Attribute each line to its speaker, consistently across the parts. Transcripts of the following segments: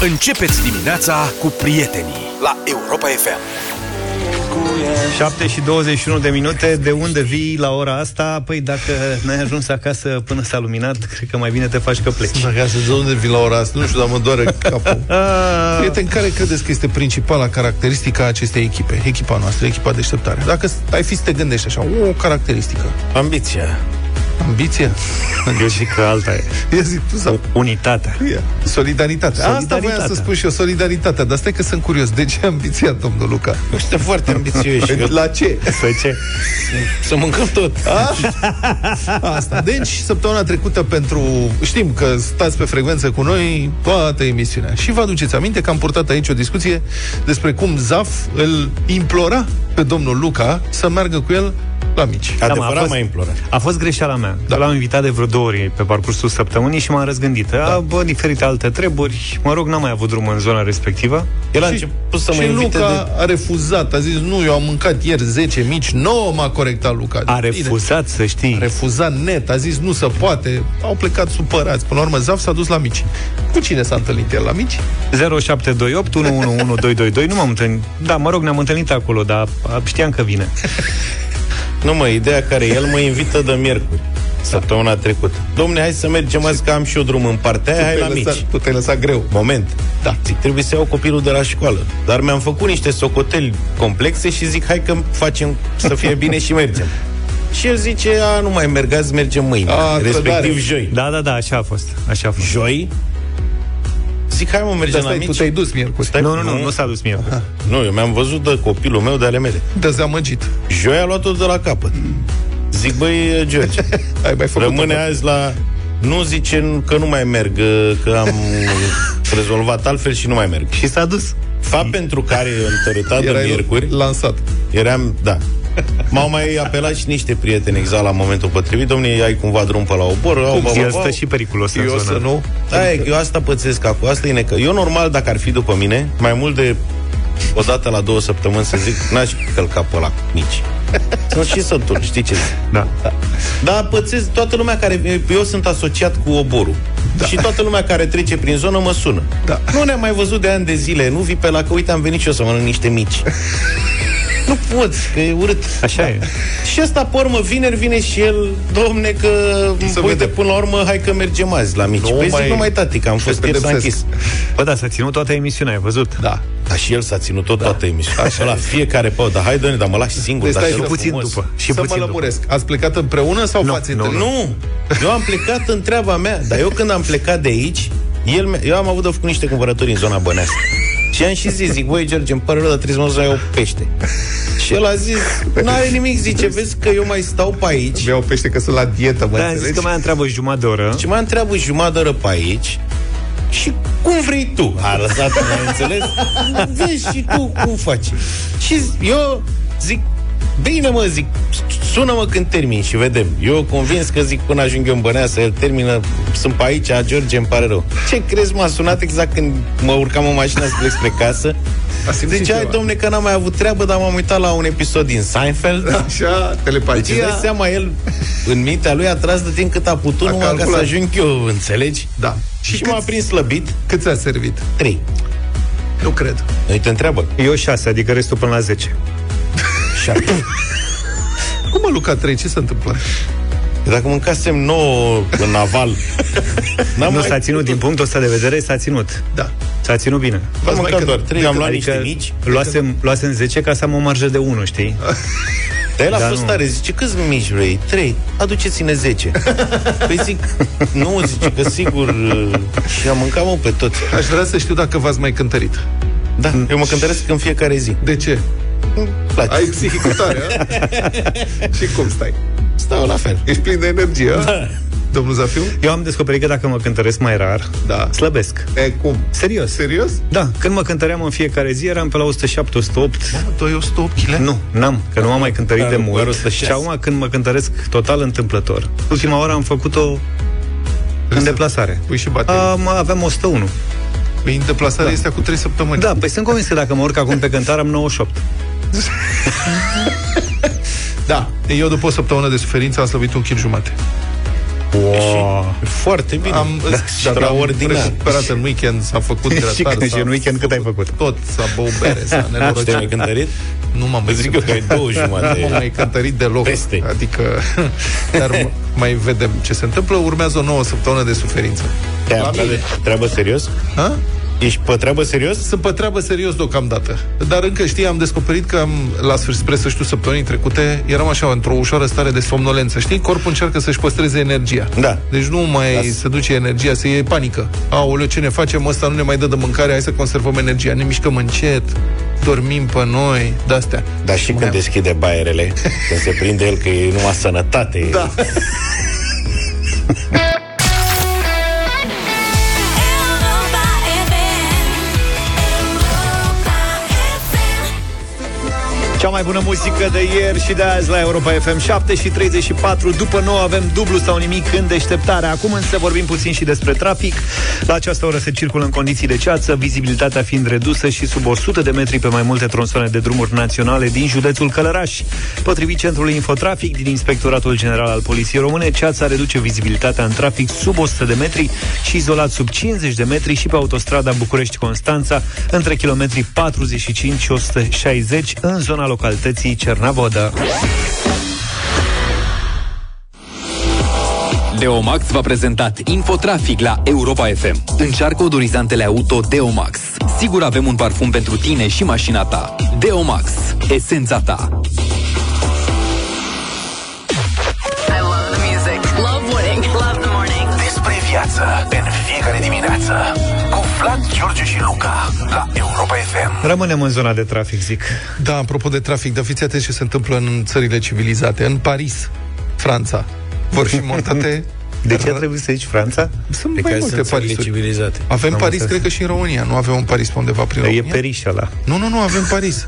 Speaker 1: Începeți dimineața cu prietenii la Europa FM.
Speaker 2: 7 și 21 de minute, de unde vii la ora asta? Păi dacă n-ai ajuns acasă până s-a luminat, cred că mai bine te faci că pleci.
Speaker 3: Acasă, de unde vii la ora asta? Nu știu, dar mă doare capul. Prieten, care credeți că este principala caracteristică a acestei echipe? Echipa noastră, echipa deșteptare. Dacă ai fi să te gândești așa, o caracteristică.
Speaker 4: Ambiția.
Speaker 3: Ambiție?
Speaker 4: Eu zic că alta e.
Speaker 3: Ia zi tu sau...
Speaker 4: Unitatea.
Speaker 3: Ia. Solidaritate. Asta
Speaker 2: Solidaritatea.
Speaker 3: voiam să spun și eu, solidaritatea. Dar stai că sunt curios. De ce ambiția, domnul Luca?
Speaker 4: Nu știu, foarte ambițioși. Eu-
Speaker 3: La ce?
Speaker 4: Să Păi, ce? Să mâncăm tot.
Speaker 3: Ah! Asta. Deci, săptămâna trecută pentru... Știm că stați pe frecvență cu noi toată emisiunea. Și vă aduceți aminte că am purtat aici o discuție despre cum Zaf îl implora pe domnul Luca să meargă cu el la mici.
Speaker 4: Adevărat
Speaker 2: fost-
Speaker 4: mai implorat.
Speaker 2: A fost greșeala mea.
Speaker 3: Da.
Speaker 2: Da. L-am invitat de vreo două ori pe parcursul săptămânii și m-am răzgândit. Da. Bă, diferite alte treburi. Mă rog, n-am mai avut drum în zona respectivă.
Speaker 4: El a
Speaker 3: Și-
Speaker 4: început să mă
Speaker 3: și Luca
Speaker 4: invite de...
Speaker 3: a refuzat, a zis, nu, eu am mâncat ieri 10 mici, 9 m-a corectat Luca.
Speaker 2: A
Speaker 3: Bine.
Speaker 2: refuzat, să știi.
Speaker 3: A refuzat net, a zis, nu se poate, au plecat supărați. Până la urmă, Zaf s-a dus la mici. Cu cine s-a întâlnit el la mici?
Speaker 2: 0728 111222. Nu m-am întâlnit. Da, mă rog, ne-am întâlnit acolo, dar a, știam că vine.
Speaker 4: Nu mă, ideea care e, el mă invită de miercuri. Săptămâna trecută. Domne, hai să mergem azi că am și eu drum în partea aia, hai
Speaker 3: Tu
Speaker 4: la
Speaker 3: te-ai lăsat-
Speaker 4: mici.
Speaker 3: Tu te-ai lăsat greu.
Speaker 4: Moment.
Speaker 3: Da.
Speaker 4: Zic, trebuie să iau copilul de la școală. Dar mi-am făcut niște socoteli complexe și zic, hai că facem să fie bine și mergem. Și el zice, a, nu mai merg, azi mergem mâine.
Speaker 3: A,
Speaker 4: Da, respectiv
Speaker 3: Ah, trădare.
Speaker 4: joi.
Speaker 2: Da, da, da, așa a fost. Așa a fost.
Speaker 4: Joi? Zic, hai mă,
Speaker 3: Dar
Speaker 4: mergem la
Speaker 3: stai, tu
Speaker 4: mici.
Speaker 3: te-ai dus miercuri.
Speaker 4: Stai,
Speaker 2: Nu, nu, nu, nu s-a dus miercuri.
Speaker 4: Nu, eu mi-am văzut de copilul meu de ale mele.
Speaker 3: Dezamăgit.
Speaker 4: Joi a luat-o de la capăt. Zic, băi, George,
Speaker 3: Ai mai făcut
Speaker 4: rămâne azi la... Nu zice că nu mai merg, că am rezolvat altfel și nu mai merg.
Speaker 2: Și s-a dus.
Speaker 4: Fapt pentru care eu întărâtat de
Speaker 3: Erai
Speaker 4: miercuri,
Speaker 3: lansat.
Speaker 4: Eram, da. M-au mai apelat și niște prieteni exact la momentul potrivit. Domnule, ai cumva drum pe la obor? Au, ba, ba,
Speaker 2: El
Speaker 4: ba.
Speaker 2: stă și periculos în
Speaker 3: Eu
Speaker 2: zona.
Speaker 3: să nu...
Speaker 4: Da, e, eu asta pățesc acum, asta e necă. Eu normal, dacă ar fi după mine, mai mult de o dată la două săptămâni, să zic, n-aș călca pe la mici. Sunt și sătul, știi ce zic.
Speaker 2: Da.
Speaker 4: Dar pățesc toată lumea care... Eu sunt asociat cu oborul. Da. Și toată lumea care trece prin zonă mă sună.
Speaker 3: Da.
Speaker 4: Nu ne-am mai văzut de ani de zile. Nu vii pe la că, uite, am venit și eu să mănânc niște mici. nu pot, că e urât. Da.
Speaker 2: Așa e.
Speaker 4: Și ăsta, pe urmă, vineri vine și el, domne, că,
Speaker 3: Să
Speaker 4: să uite,
Speaker 3: vedem.
Speaker 4: până la urmă, hai că mergem azi la mici.
Speaker 3: Nu
Speaker 4: Nu păi
Speaker 3: mai-
Speaker 4: zic, nu mai tati, că am fost ieri, s-a
Speaker 3: pedepsesc.
Speaker 4: închis.
Speaker 2: Bă, da, s-a ținut toată emisiunea, ai văzut?
Speaker 3: Da.
Speaker 4: Dar și el s-a ținut tot da. toată emisiunea. Așa, la fiecare pau, dar hai, dă dar mă lași singur.
Speaker 3: Deci
Speaker 4: dar
Speaker 3: stai
Speaker 4: te
Speaker 3: și
Speaker 4: rog
Speaker 2: puțin
Speaker 4: frumos.
Speaker 2: după. Și
Speaker 3: să mă
Speaker 2: puțin după.
Speaker 3: lămuresc. Ați plecat împreună sau
Speaker 2: Nu,
Speaker 3: v-ați
Speaker 2: nu,
Speaker 3: întâlnit?
Speaker 4: Nu, eu am plecat în treaba mea, dar eu când am plecat de aici, el, mi- eu am avut de făcut niște cumpărături în zona bănească. Și am și zis, zic, băi, George, îmi pare rău, dar trebuie să mă duc să iau pește. Și el a zis, n-are nimic, zice, vezi că eu mai stau pe aici.
Speaker 3: Mi-au pește că sunt la dietă, mă
Speaker 2: Da, am zis
Speaker 3: înțelegi?
Speaker 2: că mai întreabă jumătate de oră.
Speaker 4: Și mai întreabă jumătate de oră pe aici și cum vrei tu? A lăsat, mai înțeles? Vezi și tu cum faci. Și z- eu zic, bine mă, zic, sună-mă când termin și vedem. Eu convins că zic până ajung eu în Băneasa, el termină, sunt pe aici, a George, îmi pare rău. Ce crezi, m-a sunat exact când mă urcam în mașină să plec spre casă.
Speaker 3: A simțit
Speaker 4: Zicea, ai,
Speaker 3: ceva.
Speaker 4: domne, că n-am mai avut treabă, dar m-am uitat la un episod din Seinfeld.
Speaker 3: Așa,
Speaker 4: Deci îți
Speaker 3: telepatia.
Speaker 4: dai seama, el, în mintea lui, a tras de timp cât a putut,
Speaker 3: A
Speaker 4: numai ca să
Speaker 3: calculat.
Speaker 4: ajung eu, înțelegi?
Speaker 3: Da.
Speaker 4: Și,
Speaker 3: Și
Speaker 4: și m-a
Speaker 3: cât,
Speaker 4: prins slăbit
Speaker 3: cât ți-a servit?
Speaker 4: 3.
Speaker 3: Nu cred.
Speaker 4: Noi te întreabă.
Speaker 2: Eu 6, adică restul până la 10.
Speaker 4: 7.
Speaker 3: Cum mă, Luca 3? Ce s-a întâmplat?
Speaker 4: Dacă mâncasem 9 în aval, n-am
Speaker 2: Nu
Speaker 4: mai
Speaker 2: s-a ținut, din
Speaker 4: putut.
Speaker 2: punctul ăsta de vedere, s-a ținut.
Speaker 3: Da.
Speaker 2: S-a ținut bine.
Speaker 3: V-ați
Speaker 4: Am
Speaker 3: mai
Speaker 4: mâncat
Speaker 3: căzut.
Speaker 4: doar 3, am luat niște mici.
Speaker 2: luasem, luasem 10 ca să am o marjă de 1, știi?
Speaker 4: Dar el a
Speaker 2: Da,
Speaker 4: fost
Speaker 2: nu.
Speaker 4: tare, zice, câți mici vrei? 3. Aduceți-ne 10. Păi zic, nu, zice, că sigur... uh, Și am mâncat, mă, pe toți.
Speaker 3: Aș vrea să știu dacă v-ați mai cântărit.
Speaker 4: Da, eu mă cântăresc în fiecare zi.
Speaker 3: De ce?
Speaker 4: Îmi place.
Speaker 3: Ai psihicul tare, a? Și cum stai?
Speaker 4: Stau la fel.
Speaker 3: Ești plin de energie, a?
Speaker 2: Da.
Speaker 3: Domnul Zafiu?
Speaker 2: Eu am descoperit că dacă mă cântăresc mai rar,
Speaker 3: Da.
Speaker 2: slăbesc.
Speaker 3: E, cum?
Speaker 2: Serios.
Speaker 3: Serios?
Speaker 2: Da, când mă cântăream în fiecare zi, eram pe la 107, 108,
Speaker 3: 208 kg?
Speaker 2: Nu, n-am, că nu m-am mai cântărit
Speaker 4: Dar
Speaker 2: de
Speaker 4: nu, doar
Speaker 2: mult.
Speaker 4: 106.
Speaker 2: Și acum când mă cântăresc total întâmplător. Ultima oară am făcut-o în deplasare.
Speaker 3: Pui și baterii. A...
Speaker 2: Am, aveam 101.
Speaker 3: Păi în deplasare da. este cu 3 săptămâni.
Speaker 2: Da, păi sunt convins că dacă mă urc acum pe cântar am 98.
Speaker 3: da. Eu după o săptămână de suferință am slăbit un kg jumate.
Speaker 2: Wow.
Speaker 4: Foarte bine. Da,
Speaker 3: Am
Speaker 4: extraordinar.
Speaker 3: recuperat în weekend, s-a făcut grătar.
Speaker 2: Și când-
Speaker 3: s-a
Speaker 2: și în weekend cât ai făcut?
Speaker 3: Tot, s-a băut bere, s-a
Speaker 4: Și te mai
Speaker 3: nenorocit.
Speaker 4: cântărit?
Speaker 3: Nu m-am mai
Speaker 4: Îți zic eu că ai două
Speaker 3: Nu m-am
Speaker 4: jumate.
Speaker 3: mai cântărit deloc.
Speaker 4: Peste.
Speaker 3: Adică, dar mai vedem ce se întâmplă. Urmează o nouă săptămână de suferință.
Speaker 4: Te-am treabă, treabă serios?
Speaker 3: Ha?
Speaker 4: Ești pe treabă serios?
Speaker 3: Sunt pe treabă serios deocamdată. Dar încă, știi, am descoperit că am, la sfârșit, spre sfârșitul săptămânii trecute, eram așa, într-o ușoară stare de somnolență. Știi, corpul încearcă să-și păstreze energia.
Speaker 4: Da.
Speaker 3: Deci nu mai se duce energia, se e panică. Aoleu, ce ne facem? Ăsta nu ne mai dă de mâncare, hai să conservăm energia. Ne mișcăm încet, dormim pe noi, de-astea.
Speaker 4: Dar și când deschide baierele, când se prinde el că e numai sănătate. Da.
Speaker 5: Europa FM.
Speaker 2: Cea mai bună muzică de ieri și de azi la Europa FM 7 și 34 După 9 avem dublu sau nimic în deșteptare Acum însă vorbim puțin și despre trafic La această oră se circulă în condiții de ceață Vizibilitatea fiind redusă și sub 100 de metri Pe mai multe tronsoane de drumuri naționale din județul Călăraș Potrivit Centrului Infotrafic din Inspectoratul General al Poliției Române Ceața reduce vizibilitatea în trafic sub 100 de metri Și izolat sub 50 de metri și pe autostrada București-Constanța Între kilometrii 45 și 160 în zona localității Cernavodă
Speaker 6: Deomax v-a prezentat Infotrafic la Europa FM. Încearcă odorizantele auto Deomax. Sigur avem un parfum pentru tine și mașina ta. Deomax. Esența ta.
Speaker 7: I love the music. Love winning. Love the morning.
Speaker 1: Despre viață în fiecare dimineață Cu Vlad, George și Luca La Europa FM
Speaker 2: Rămânem în zona de trafic, zic
Speaker 3: Da, apropo de trafic, dar fiți atenți ce se întâmplă în țările civilizate. În Paris, Franța, vor fi montate...
Speaker 2: De ce a trebuit să zici Franța?
Speaker 3: Sunt
Speaker 4: De
Speaker 3: mai
Speaker 4: care
Speaker 3: multe
Speaker 4: sunt țările
Speaker 3: Parisuri.
Speaker 4: civilizate.
Speaker 3: Avem
Speaker 2: Am
Speaker 3: Paris,
Speaker 2: înțeles.
Speaker 3: cred că și în România. Nu avem un Paris pe undeva prin
Speaker 2: E
Speaker 3: România?
Speaker 2: Periș ăla
Speaker 3: Nu, nu, nu, avem Paris.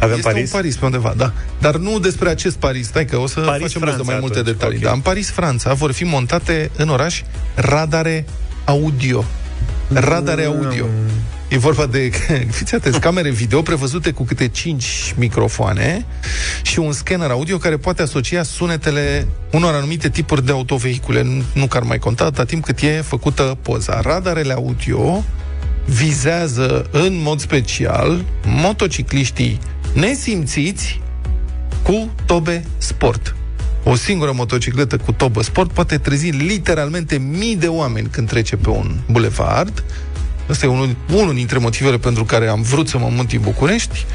Speaker 2: Avem
Speaker 3: este
Speaker 2: Paris?
Speaker 3: un Paris pe undeva, da. Dar nu despre acest Paris. Stai că o să
Speaker 2: Paris,
Speaker 3: Paris, facem
Speaker 2: Franța,
Speaker 3: Franța, mai multe
Speaker 2: atunci,
Speaker 3: detalii. Okay.
Speaker 2: ok.
Speaker 3: Dar în Paris, Franța, vor fi montate în oraș radare audio. Radare audio. E vorba de, fiți atenți, camere video prevăzute cu câte 5 microfoane și un scanner audio care poate asocia sunetele unor anumite tipuri de autovehicule. Nu, nu că ar mai conta, atât timp cât e făcută poza. Radarele audio vizează în mod special motocicliștii nesimțiți cu tobe sport. O singură motocicletă cu tobă sport poate trezi literalmente mii de oameni când trece pe un bulevard. Asta e unul, unul dintre motivele pentru care am vrut să mă mut din București.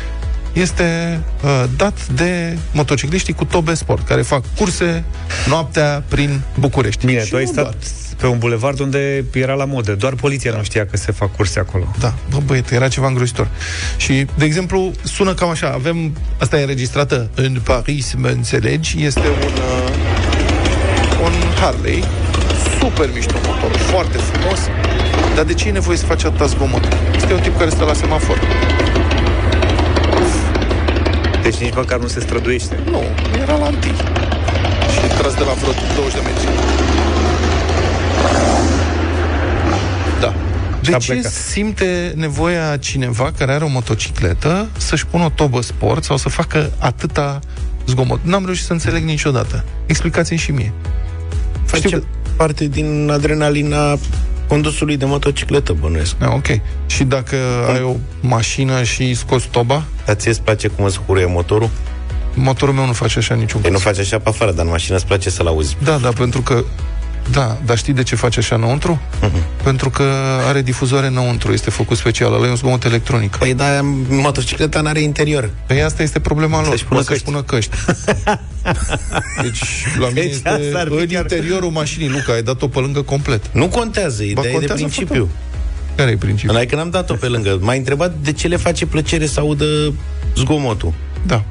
Speaker 3: Este uh, dat de motocicliștii cu tobe sport, care fac curse noaptea prin București. Și
Speaker 2: Bine,
Speaker 3: da.
Speaker 2: tu ai
Speaker 3: nu
Speaker 2: stat
Speaker 3: doar.
Speaker 2: pe un bulevard unde era la modă. Doar poliția nu știa că se fac curse acolo.
Speaker 3: Da, bă, băiete, era ceva îngrozitor. Și, de exemplu, sună cam așa. Avem, asta e înregistrată în Paris, mă înțelegi? Este un, uh, un Harley, super mișto motor, foarte frumos. Dar de ce e nevoie să faci atâta zgomot? Este un tip care stă la semafor.
Speaker 2: Deci nici măcar nu se străduiește.
Speaker 3: Nu, era la întâi. Și tras de la vreo 20 de metri. Da. De
Speaker 2: a
Speaker 3: ce
Speaker 2: plecat.
Speaker 3: simte nevoia cineva care are o motocicletă să-și pună o tobă sport sau să facă atâta zgomot? N-am reușit să înțeleg niciodată. Explicați-mi și mie.
Speaker 4: Face
Speaker 3: Știu că-
Speaker 4: parte din adrenalina condusului de motocicletă, bănuiesc.
Speaker 3: Da, ok. Și dacă ai o mașină și scoți toba,
Speaker 4: Dar ție îți place cum îți hurie motorul?
Speaker 3: motorul meu nu face așa niciun
Speaker 4: Ei Păi nu
Speaker 3: caz.
Speaker 4: faci așa pe afară, dar în mașină îți place să-l auzi.
Speaker 3: Da, da, pentru că... Da, dar știi de ce face așa înăuntru?
Speaker 4: Mhm.
Speaker 3: Pentru că are difuzoare înăuntru, este făcut special, ăla e un zgomot electronic.
Speaker 4: Păi da, motocicleta n-are interior.
Speaker 3: Păi asta este problema lor,
Speaker 4: Să-și pună
Speaker 3: poate să-și
Speaker 4: căști.
Speaker 3: pună căști. Deci, la mine
Speaker 2: Deci
Speaker 3: este
Speaker 2: asta ar fi
Speaker 3: în
Speaker 2: chiar-
Speaker 3: interiorul mașinii, Luca, ai dat-o pe lângă complet.
Speaker 4: Nu contează, ideea e de
Speaker 3: contează
Speaker 4: principiu.
Speaker 3: Care e principiul?
Speaker 4: Adică n-am dat-o pe lângă. M-ai întrebat de ce le face plăcere să audă zgomotul.
Speaker 3: Da.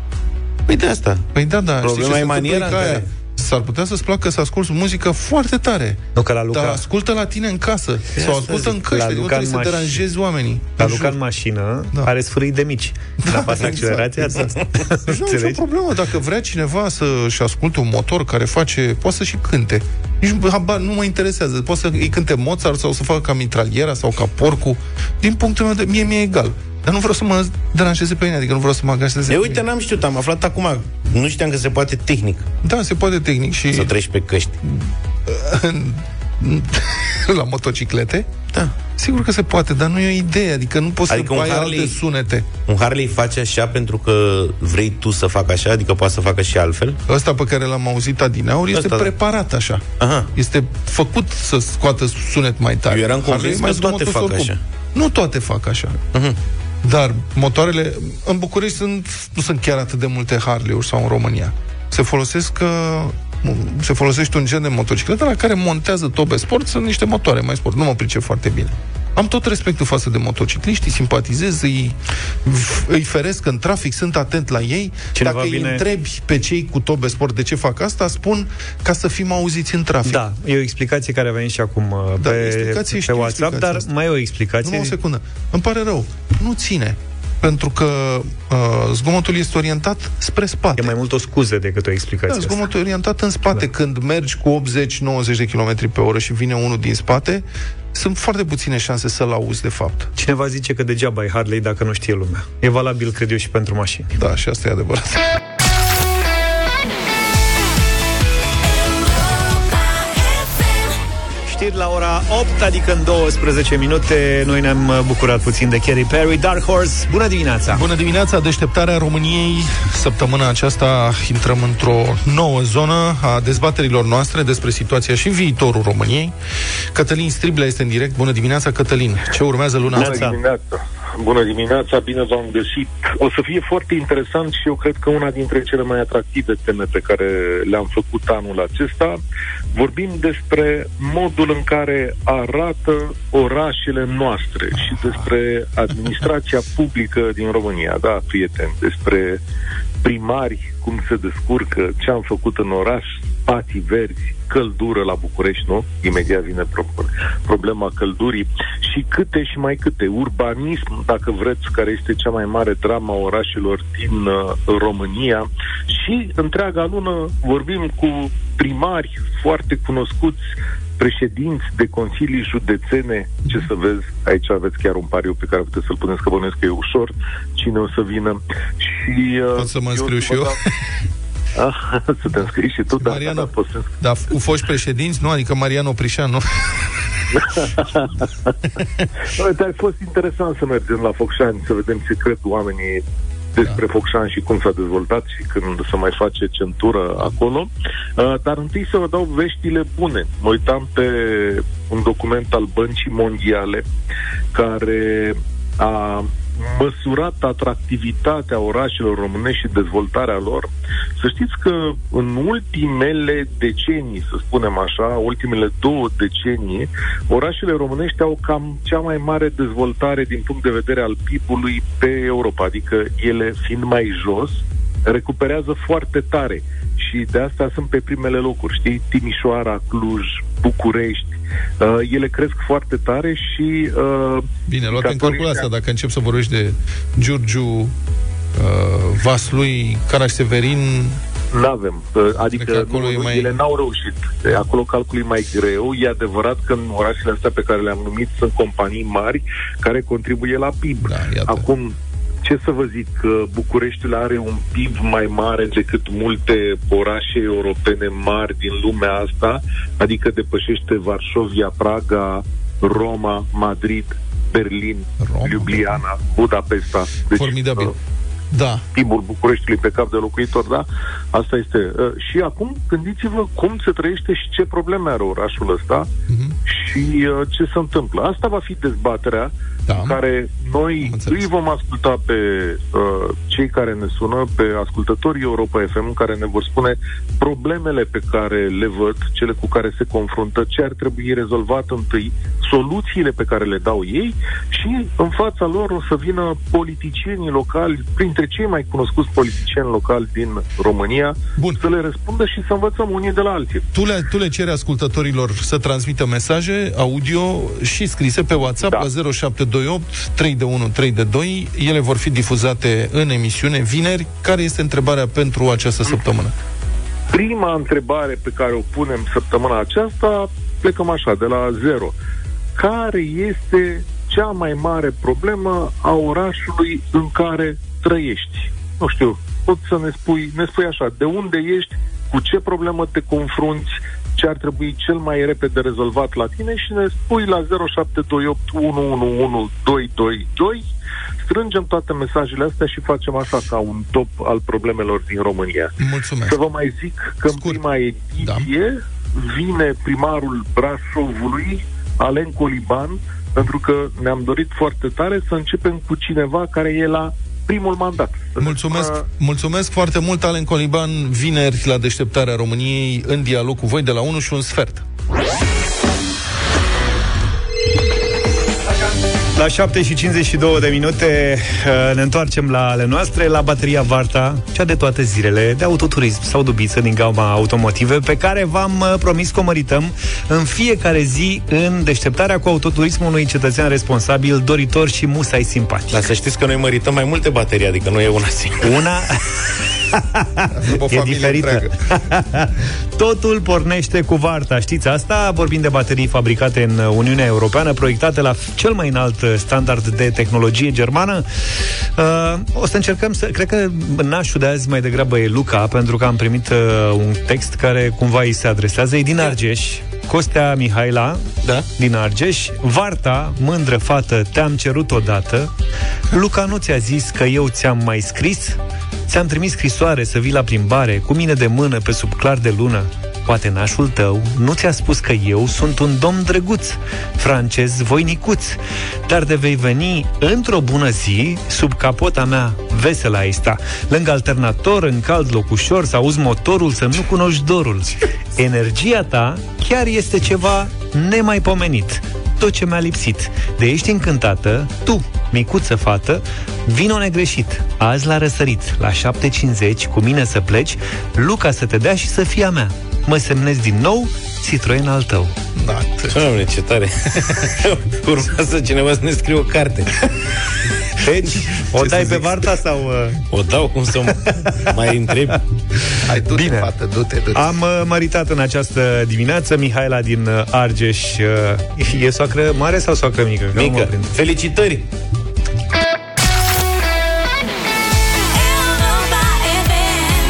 Speaker 4: Păi de asta.
Speaker 3: Păi da, da, știi ce
Speaker 4: Problema
Speaker 3: se
Speaker 4: e
Speaker 3: întâmplă?
Speaker 4: maniera
Speaker 3: E
Speaker 4: în
Speaker 3: ca aia.
Speaker 4: care-
Speaker 3: S-ar putea să-ți placă să asculți muzică foarte tare.
Speaker 2: Nu că la Luca,
Speaker 3: Dar ascultă la tine în casă sau
Speaker 4: asta
Speaker 3: ascultă
Speaker 4: zic,
Speaker 3: în căști,
Speaker 2: la
Speaker 3: adică nu
Speaker 2: Luca
Speaker 3: trebuie
Speaker 2: în
Speaker 3: să
Speaker 2: maș-
Speaker 3: deranjezi oamenii.
Speaker 2: la
Speaker 3: În
Speaker 2: Luca
Speaker 3: jur.
Speaker 2: în mașină
Speaker 3: Da.
Speaker 2: are sfârâi de mici. Da, când apasă
Speaker 3: exact,
Speaker 2: accelerația,
Speaker 3: exact. Și nu e nicio
Speaker 2: înțelegi?
Speaker 3: problemă. Dacă vrea cineva să-și asculte un motor care face, poate să și cânte. Nici habar, nu mă interesează. Poate să îi cânte Mozart sau să facă ca mitraliera sau ca porcu. Din punctul meu de mie mi-e egal. Dar nu vreau să mă deranjeze pe mine, adică nu vreau să mă agasteze.
Speaker 4: E, uite, n-am știut, am aflat acum. Nu știam că se poate tehnic
Speaker 3: Da, se poate tehnic și
Speaker 4: să treci pe căști.
Speaker 3: la motociclete. Da. Sigur că se poate, dar nu e o idee, adică nu poți
Speaker 4: Adică
Speaker 3: să
Speaker 4: un
Speaker 3: ai
Speaker 4: Harley-
Speaker 3: alte sunete.
Speaker 4: Un Harley face așa pentru că vrei tu să facă așa, adică poate să facă și altfel.
Speaker 3: Ăsta pe care l-am auzit adineauri este
Speaker 4: Ăsta, da.
Speaker 3: preparat așa.
Speaker 4: Aha.
Speaker 3: Este făcut să scoată sunet mai tare.
Speaker 4: Eu eram
Speaker 3: Harley
Speaker 4: convins
Speaker 3: e
Speaker 4: că toate
Speaker 3: zgomotos
Speaker 4: fac așa. Mhm.
Speaker 3: Nu toate fac așa. Uh-huh. Dar motoarele în București sunt, nu sunt chiar atât de multe Harley-uri sau în România. Se folosesc uh, se folosește un gen de motocicletă la care montează tobe sport, sunt niște motoare mai sport. Nu mă pricep foarte bine. Am tot respectul față de motocicliști, îi simpatizez, îi, îi feresc în trafic, sunt atent la ei.
Speaker 2: Cineva
Speaker 3: Dacă
Speaker 2: vine-
Speaker 3: îi întrebi pe cei cu tobe sport de ce fac asta, spun ca să fim auziți în trafic.
Speaker 2: Da, e o explicație care a venit și acum uh,
Speaker 3: Da,
Speaker 2: pe,
Speaker 3: explicație,
Speaker 2: pe
Speaker 3: știu
Speaker 2: WhatsApp,
Speaker 3: explicația
Speaker 2: dar
Speaker 3: asta.
Speaker 2: mai e o explicație.
Speaker 3: Numai o secundă. Îmi pare rău. Nu ține. Pentru că uh, zgomotul este orientat spre spate.
Speaker 2: E mai mult o scuză decât o explicație.
Speaker 3: da,
Speaker 2: asta.
Speaker 3: zgomotul e orientat în spate. Da. Când mergi cu 80-90 de km pe oră și vine unul din spate, sunt foarte puține șanse să-l auzi, de fapt.
Speaker 2: Cineva zice că degeaba e Harley dacă nu știe lumea. E valabil, cred eu, și pentru mașini.
Speaker 3: Da, și asta e adevărat.
Speaker 2: Știri la ora 8, adică în 12 minute. Noi ne-am uh, bucurat puțin de Katy Perry. Dark Horse, bună dimineața!
Speaker 3: Bună dimineața, deșteptarea României. Săptămâna aceasta intrăm într-o nouă zonă a dezbaterilor noastre despre situația și viitorul României. Cătălin Striblea este în direct. Bună dimineața, Cătălin. Ce urmează luna
Speaker 2: Bună
Speaker 3: asta?
Speaker 2: Da.
Speaker 8: Bună dimineața! Bună dimineața, bine v-am găsit! O să fie foarte interesant și eu cred că una dintre cele mai atractive teme pe care le-am făcut anul acesta. Vorbim despre modul în care arată orașele noastre și despre administrația publică din România, da, prieteni, despre primari, cum se descurcă, ce am făcut în oraș, spații verzi, căldură la București, nu? Imediat vine pro- problema căldurii și câte și mai câte. Urbanism, dacă vreți, care este cea mai mare drama orașelor din uh, România și întreaga lună vorbim cu primari foarte cunoscuți, președinți de consilii județene, ce să vezi, aici aveți chiar un pariu pe care puteți să-l puneți, că bănuiesc că e ușor, cine o să vină. Și, uh,
Speaker 3: Pot să mă înscriu
Speaker 8: o să
Speaker 3: și eu?
Speaker 8: vă dau- Ah, să te înscrii și tu, da, da,
Speaker 3: Mariana.
Speaker 8: da, poți să
Speaker 3: Da, cu foști președinți, nu? Adică Mariano Prișan, nu?
Speaker 8: Uite, ar fi fost interesant să mergem la Focșani, să vedem ce cred oamenii despre da. Focșani și cum s-a dezvoltat și când se mai face centură acolo. Uh, Dar întâi să vă dau veștile bune. Mă uitam pe un document al Băncii Mondiale care a măsurat atractivitatea orașelor românești și dezvoltarea lor, să știți că în ultimele decenii, să spunem așa, ultimele două decenii, orașele românești au cam cea mai mare dezvoltare din punct de vedere al PIB-ului pe Europa, adică ele fiind mai jos, recuperează foarte tare și de asta sunt pe primele locuri, știi? Timișoara, Cluj, București, uh, ele cresc foarte tare și uh,
Speaker 3: Bine, luat în
Speaker 8: indicatorii
Speaker 3: calcul asta, dacă încep să vorbești de Giurgiu, uh, Vaslui, Caraș Severin,
Speaker 8: Nu avem. Adică
Speaker 3: Cred că acolo
Speaker 8: nu,
Speaker 3: e
Speaker 8: nu,
Speaker 3: mai-
Speaker 8: ele n-au reușit. Acolo calculul e mai greu. E adevărat că în orașele astea pe care le-am numit sunt companii mari care contribuie la PIB.
Speaker 3: Da, iată.
Speaker 8: Acum, ce să vă zic, că Bucureștiul are un PIB mai mare decât multe orașe europene mari din lumea asta, adică depășește Varșovia, Praga, Roma, Madrid, Berlin,
Speaker 3: Roma.
Speaker 8: Ljubljana, Budapesta.
Speaker 3: formidabil.
Speaker 8: uh,
Speaker 3: Da,
Speaker 8: PIB-ul Bucureștiului pe cap de locuitor, da? Asta este. Uh, și acum gândiți-vă cum se trăiește și ce probleme are orașul ăsta
Speaker 3: Mhm.
Speaker 8: și uh, ce se întâmplă. Asta va fi dezbaterea
Speaker 3: Da.
Speaker 8: în care
Speaker 3: Am
Speaker 8: noi
Speaker 3: înțeles.
Speaker 8: îi vom asculta pe uh, cei care ne sună, pe ascultătorii Europa FM, care ne vor spune problemele pe care le văd, cele cu care se confruntă, ce ar trebui rezolvat întâi, soluțiile pe care le dau ei și în fața lor o să vină politicienii locali, printre cei mai cunoscuți politicieni locali din România,
Speaker 3: Bun.
Speaker 8: să le răspundă și să învățăm unii de la alții.
Speaker 3: tu le, tu le ceri ascultătorilor să transmită mesaje audio și scrise pe WhatsApp
Speaker 8: Da.
Speaker 3: da. la 0728 3 de 1 3 de 2. Ele vor fi difuzate în emisiune vineri. Care este întrebarea pentru această săptămână?
Speaker 8: Prima întrebare pe care o punem săptămâna aceasta, plecăm așa, de la zero. Care este cea mai mare problemă a orașului în care trăiești. Nu știu, pot să ne spui, ne spui așa, de unde ești, cu ce problemă te confrunți, ce ar trebui cel mai repede rezolvat la tine și ne spui la 0728111222. Strângem toate mesajele astea și facem așa ca un top al problemelor din România.
Speaker 3: Mulțumesc.
Speaker 8: Să vă mai zic că în
Speaker 3: Scurt.
Speaker 8: prima ediție da. vine primarul Brașovului, Alen Coliban, pentru că ne-am dorit foarte tare să începem cu cineva care e la primul mandat. Să ne
Speaker 3: Mulțumesc,
Speaker 8: spună-
Speaker 3: mulțumesc foarte mult, Alen Coliban, vineri la deșteptarea României, în dialog cu voi de la 1 și un sfert.
Speaker 2: La 7 și 52 de minute uh, ne întoarcem la ale noastre, la bateria Varta, cea de toate zilele, de autoturism sau dubiță din gama automotive, pe care v-am uh, promis că o mărităm în fiecare zi în deșteptarea cu autoturismul unui cetățean responsabil, doritor și musai simpatic.
Speaker 4: Dar să știți că noi mărităm mai multe baterii, adică nu e una singură.
Speaker 2: Una
Speaker 3: După
Speaker 2: e diferită. Totul pornește cu Varta, știți asta? Vorbim de baterii fabricate în Uniunea Europeană, proiectate la cel mai înalt standard de tehnologie germană. Uh, o să încercăm să... Cred că nașul de azi mai degrabă e Luca, pentru că am primit uh, un text care cumva îi se adresează. E din Argeș. Costea Mihaila
Speaker 4: Da.
Speaker 2: din Argeș Varta, mândră fată, te-am cerut odată Luca nu ți-a zis că eu ți-am mai scris? Ți-am trimis scrisoare să vii la plimbare Cu mine de mână pe sub clar de lună Poate nașul tău nu ți-a spus că eu sunt un domn drăguț, francez voinicuț, dar de vei veni într-o bună zi sub capota mea vesela asta. Lângă alternator, în cald locușor, să auzi motorul, să nu cunoști dorul. Energia ta chiar este ceva nemaipomenit. Tot ce mi-a lipsit. De ești încântată, tu, micuță fată, vino negreșit. Azi la răsărit, la 7.50, cu mine să pleci, Luca să te dea și să fie a mea. Mă semnez din nou, Citroen al tău.
Speaker 3: Da, t-
Speaker 4: Doamne, ce tare! Urmează cineva să ne scrie o carte.
Speaker 2: Deci, o
Speaker 3: să
Speaker 2: dai pe
Speaker 3: zic?
Speaker 2: varta sau... Uh...
Speaker 4: O dau cum să mai întreb.
Speaker 3: hai, du-te,
Speaker 2: Bine.
Speaker 3: fată, du-te, du-te.
Speaker 2: Am uh, maritat în această dimineață Mihaela din uh, Argeș. Uh, E soacră mare sau soacră mică? Că nu mă
Speaker 4: Mică,
Speaker 2: prind.
Speaker 4: felicitări!
Speaker 5: Europa FM.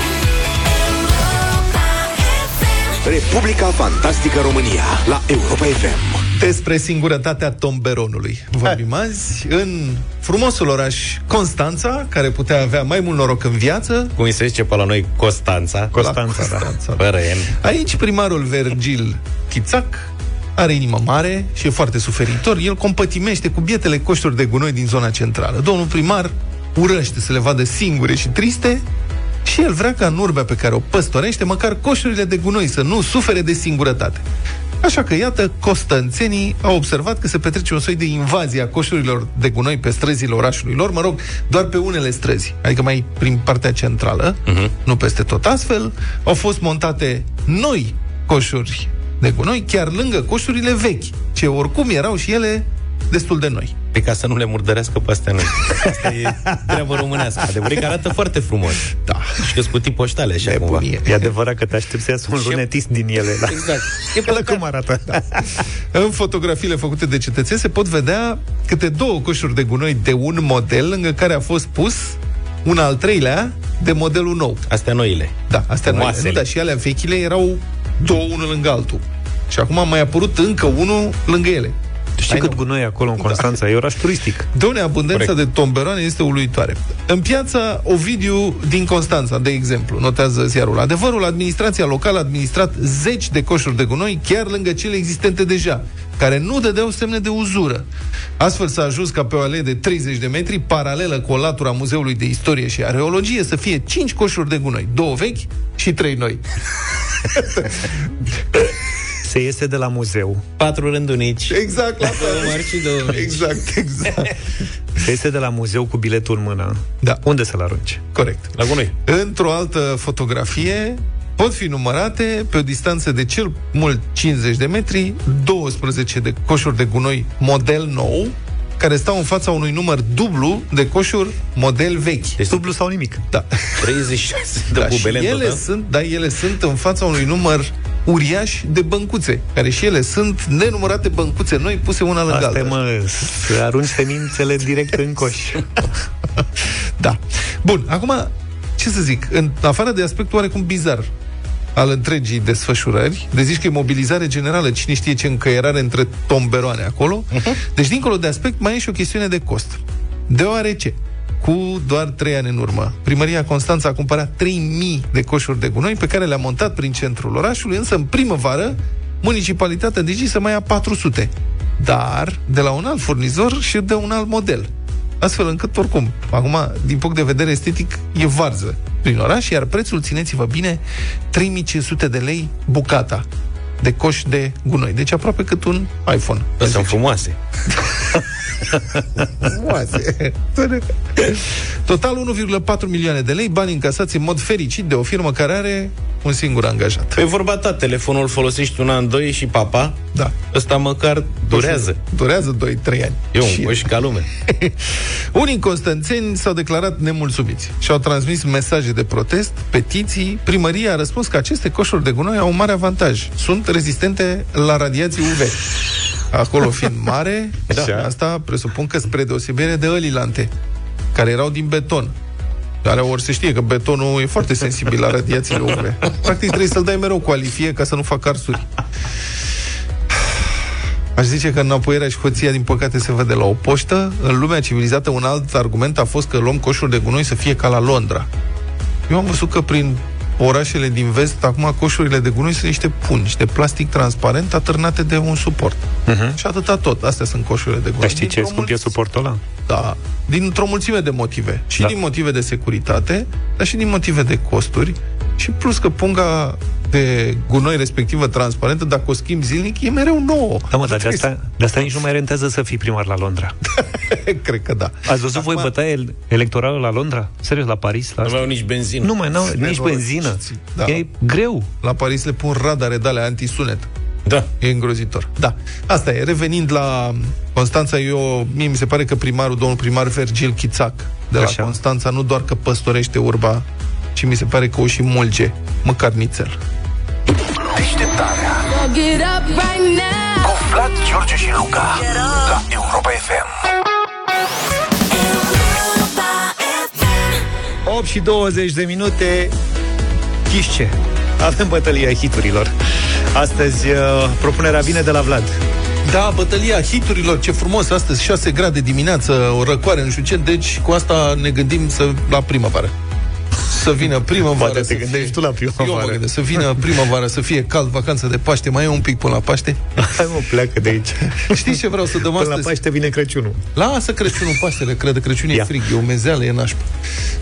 Speaker 5: Europa FM.
Speaker 1: Republica Fantastică România la Europa FM.
Speaker 3: Despre singurătatea tomberonului vorbim azi în frumosul oraș Constanța, care putea avea mai mult noroc în viață.
Speaker 4: Cum îi se zice pe la noi Costanța?
Speaker 2: Constanța,
Speaker 3: la
Speaker 2: da.
Speaker 3: Constanța.
Speaker 4: Fără M.
Speaker 3: Aici primarul Vergil Chițac are inimă mare și e foarte suferitor. El compătimește cu bietele coșturi de gunoi din zona centrală. Domnul primar urăște să le vadă singure și triste și el vrea ca în urbea pe care o păstorește, măcar coșurile de gunoi să nu sufere de singurătate. Așa că, iată, costănțenii au observat că se petrece un soi de invazie a coșurilor de gunoi pe străzile orașului lor, mă rog, doar pe unele străzi, adică mai prin partea centrală, uh-huh. nu peste tot. Astfel, au fost montate noi coșuri de gunoi, chiar lângă coșurile vechi, ce oricum erau și ele destul de noi.
Speaker 4: Pe ca să nu le murdărească pe astea noi. Asta e treabă românească. Adevărat că arată foarte frumos. Da. Și că scutii poștale așa cumva.
Speaker 3: Nebunie.
Speaker 2: E adevărat că te aștepți să iasă un lunetist din ele. Da.
Speaker 4: Exact. E
Speaker 2: Ele cum arată? Da.
Speaker 3: În fotografiile făcute de cetățeni se pot vedea câte două coșuri de gunoi de un model lângă care a fost pus un al treilea de modelul nou.
Speaker 4: Astea noile.
Speaker 3: Da, astea nu,
Speaker 4: Masele.
Speaker 3: nu, dar și alea vechile erau două unul lângă altul. Și acum a mai apărut încă unul lângă ele.
Speaker 2: Tu știi
Speaker 3: Hai,
Speaker 2: cât
Speaker 3: nu.
Speaker 2: gunoi e acolo în Constanța? Da. E oraș turistic.
Speaker 3: Doamne, abundența Corect. de tomberoane este uluitoare. În piața Ovidiu din Constanța, de exemplu, notează ziarul adevărul, administrația locală a administrat zeci de coșuri de gunoi, chiar lângă cele existente deja, care nu dădeau semne de uzură. Astfel s-a ajuns ca pe o alee de 30 de metri, paralelă cu o latura Muzeului de Istorie și Areologie, să fie 5 coșuri de gunoi, două vechi și trei noi.
Speaker 2: Se iese de la muzeu,
Speaker 4: Patru rândunici.
Speaker 3: Exact, la fel.
Speaker 4: Mari și două mici.
Speaker 3: Exact, exact.
Speaker 2: se iese de la muzeu cu biletul în mână.
Speaker 3: Da.
Speaker 2: Unde să-l arunci?
Speaker 3: Corect.
Speaker 4: La gunoi.
Speaker 3: Într-o altă fotografie pot fi numărate pe o distanță de cel mult 50 de metri 12 de coșuri de gunoi model nou care stau în fața unui număr dublu de coșuri model vechi.
Speaker 4: Deci
Speaker 2: Dublu sau nimic.
Speaker 3: Da.
Speaker 4: 36 de
Speaker 3: da și
Speaker 4: bubele în
Speaker 3: ele
Speaker 2: da?
Speaker 3: da,
Speaker 4: total.
Speaker 3: sunt, da, ele sunt în fața unui număr uriaș de băncuțe, care și ele sunt nenumărate băncuțe noi puse una lângă
Speaker 2: Asta e,
Speaker 3: alta.
Speaker 2: mă, să arunci semințele direct în coș.
Speaker 3: Da. Bun, acum, ce să zic, în afară de aspectul oarecum bizar al întregii desfășurări, de zici că e mobilizare generală, cine știe ce încăierare între tomberoane acolo, deci dincolo de aspect mai e și o chestiune de cost. Deoarece, cu doar 3 ani în urmă, primăria Constanța a cumpărat 3000 de coșuri de gunoi pe care le-a montat prin centrul orașului, însă în primăvară, municipalitatea de să mai ia 400, dar de la un alt furnizor și de un alt model. Astfel încât, oricum, acum, din punct de vedere estetic, e varză prin oraș, iar prețul, țineți-vă bine, 3500 de lei bucata de coș de gunoi. Deci aproape cât un iPhone.
Speaker 4: Păi sunt frumoase.
Speaker 3: Frumoase. Total 1,4 milioane de lei, bani încasați în mod fericit de o firmă care are un singur angajat.
Speaker 4: Pe Păi vorba ta, telefonul îl folosești un an, doi și papa.
Speaker 3: Da.
Speaker 4: Ăsta măcar durează.
Speaker 3: Durează 2-3 ani.
Speaker 4: E un
Speaker 3: Și-
Speaker 4: coș ca lume.
Speaker 3: Unii constanțeni s-au declarat nemulțumiți și au transmis mesaje de protest, petiții. Primăria a răspuns că aceste coșuri de gunoi au un mare avantaj. Sunt rezistente la radiații UV. Acolo fiind mare, da. asta presupun că spre deosebire de ălilante, care erau din beton. Care ori se știe că betonul e foarte sensibil la radiațiile UV. Practic trebuie să-l dai mereu cu alifie ca să nu facă arsuri. Aș zice că înapoierea și hoția, din păcate, se vede la o poștă. În lumea civilizată, un alt argument a fost că luăm coșuri de gunoi să fie ca la Londra. Eu am văzut că prin orașele din vest, acum coșurile de gunoi sunt niște pungi de plastic transparent atârnate de un suport. Uh-huh. Și atâta tot. Astea sunt coșurile de gunoi.
Speaker 2: Mhm. Dar știi ce
Speaker 3: Dintr-o
Speaker 2: scump e
Speaker 3: mul-
Speaker 2: suportul ăla?
Speaker 3: Da. Dintr-o mulțime de motive. Și
Speaker 2: Da.
Speaker 3: da. din motive de securitate, dar și din motive de costuri. Și plus că punga de gunoi respectivă transparentă, dacă o schimbi zilnic, e mereu nouă.
Speaker 2: Da, mă, dar de asta, de asta nici nu mai rentează să fii primar la Londra.
Speaker 3: Cred că da.
Speaker 2: Ați văzut voi bătaie el- electorală la Londra? Serios, la Paris? La
Speaker 4: Nu mai
Speaker 2: asta?
Speaker 4: au nici benzină.
Speaker 2: Nu mai, n-au nici
Speaker 3: Nenorociți.
Speaker 2: benzină.
Speaker 3: Da.
Speaker 2: E greu.
Speaker 3: La Paris le pun radare de alea antisunet.
Speaker 4: Da.
Speaker 3: E îngrozitor. Da. Asta e. Revenind la Constanța, eu, mie mi se pare că primarul, domnul primar Vergil Chițac de la
Speaker 2: Așa.
Speaker 3: Așa. Constanța, nu doar că păstorește urba, ci mi se pare că o și mulge, măcar nițel.
Speaker 1: Deșteptarea
Speaker 7: Get up right now.
Speaker 1: cu Vlad, George și Luca la Europa FM.
Speaker 5: Europa FM.
Speaker 2: 8 și 20 de minute Ghiși ce? Avem bătălia hiturilor Astăzi uh, propunerea vine de la Vlad
Speaker 3: Da, bătălia hiturilor, ce frumos astăzi, 6 grade dimineață, o răcoare nu știu ce, deci cu asta ne gândim să, la primăvară. Să vină primăvară.
Speaker 2: Poate te
Speaker 3: să
Speaker 2: gândești
Speaker 3: fie-
Speaker 2: tu la primăvară.
Speaker 3: Eu mă gândesc, să vină primăvară, să fie cald, vacanță de Paște, mai e un pic până la Paște.
Speaker 2: Hai mă, pleacă de aici
Speaker 3: Știi ce vreau să dăm
Speaker 2: Până la
Speaker 3: astăzi?
Speaker 2: Paște vine Crăciunul
Speaker 3: Lasă Crăciunul Paștele, cred că Crăciunul
Speaker 2: Ia.
Speaker 3: e frig, e o mezeală, e nașpa.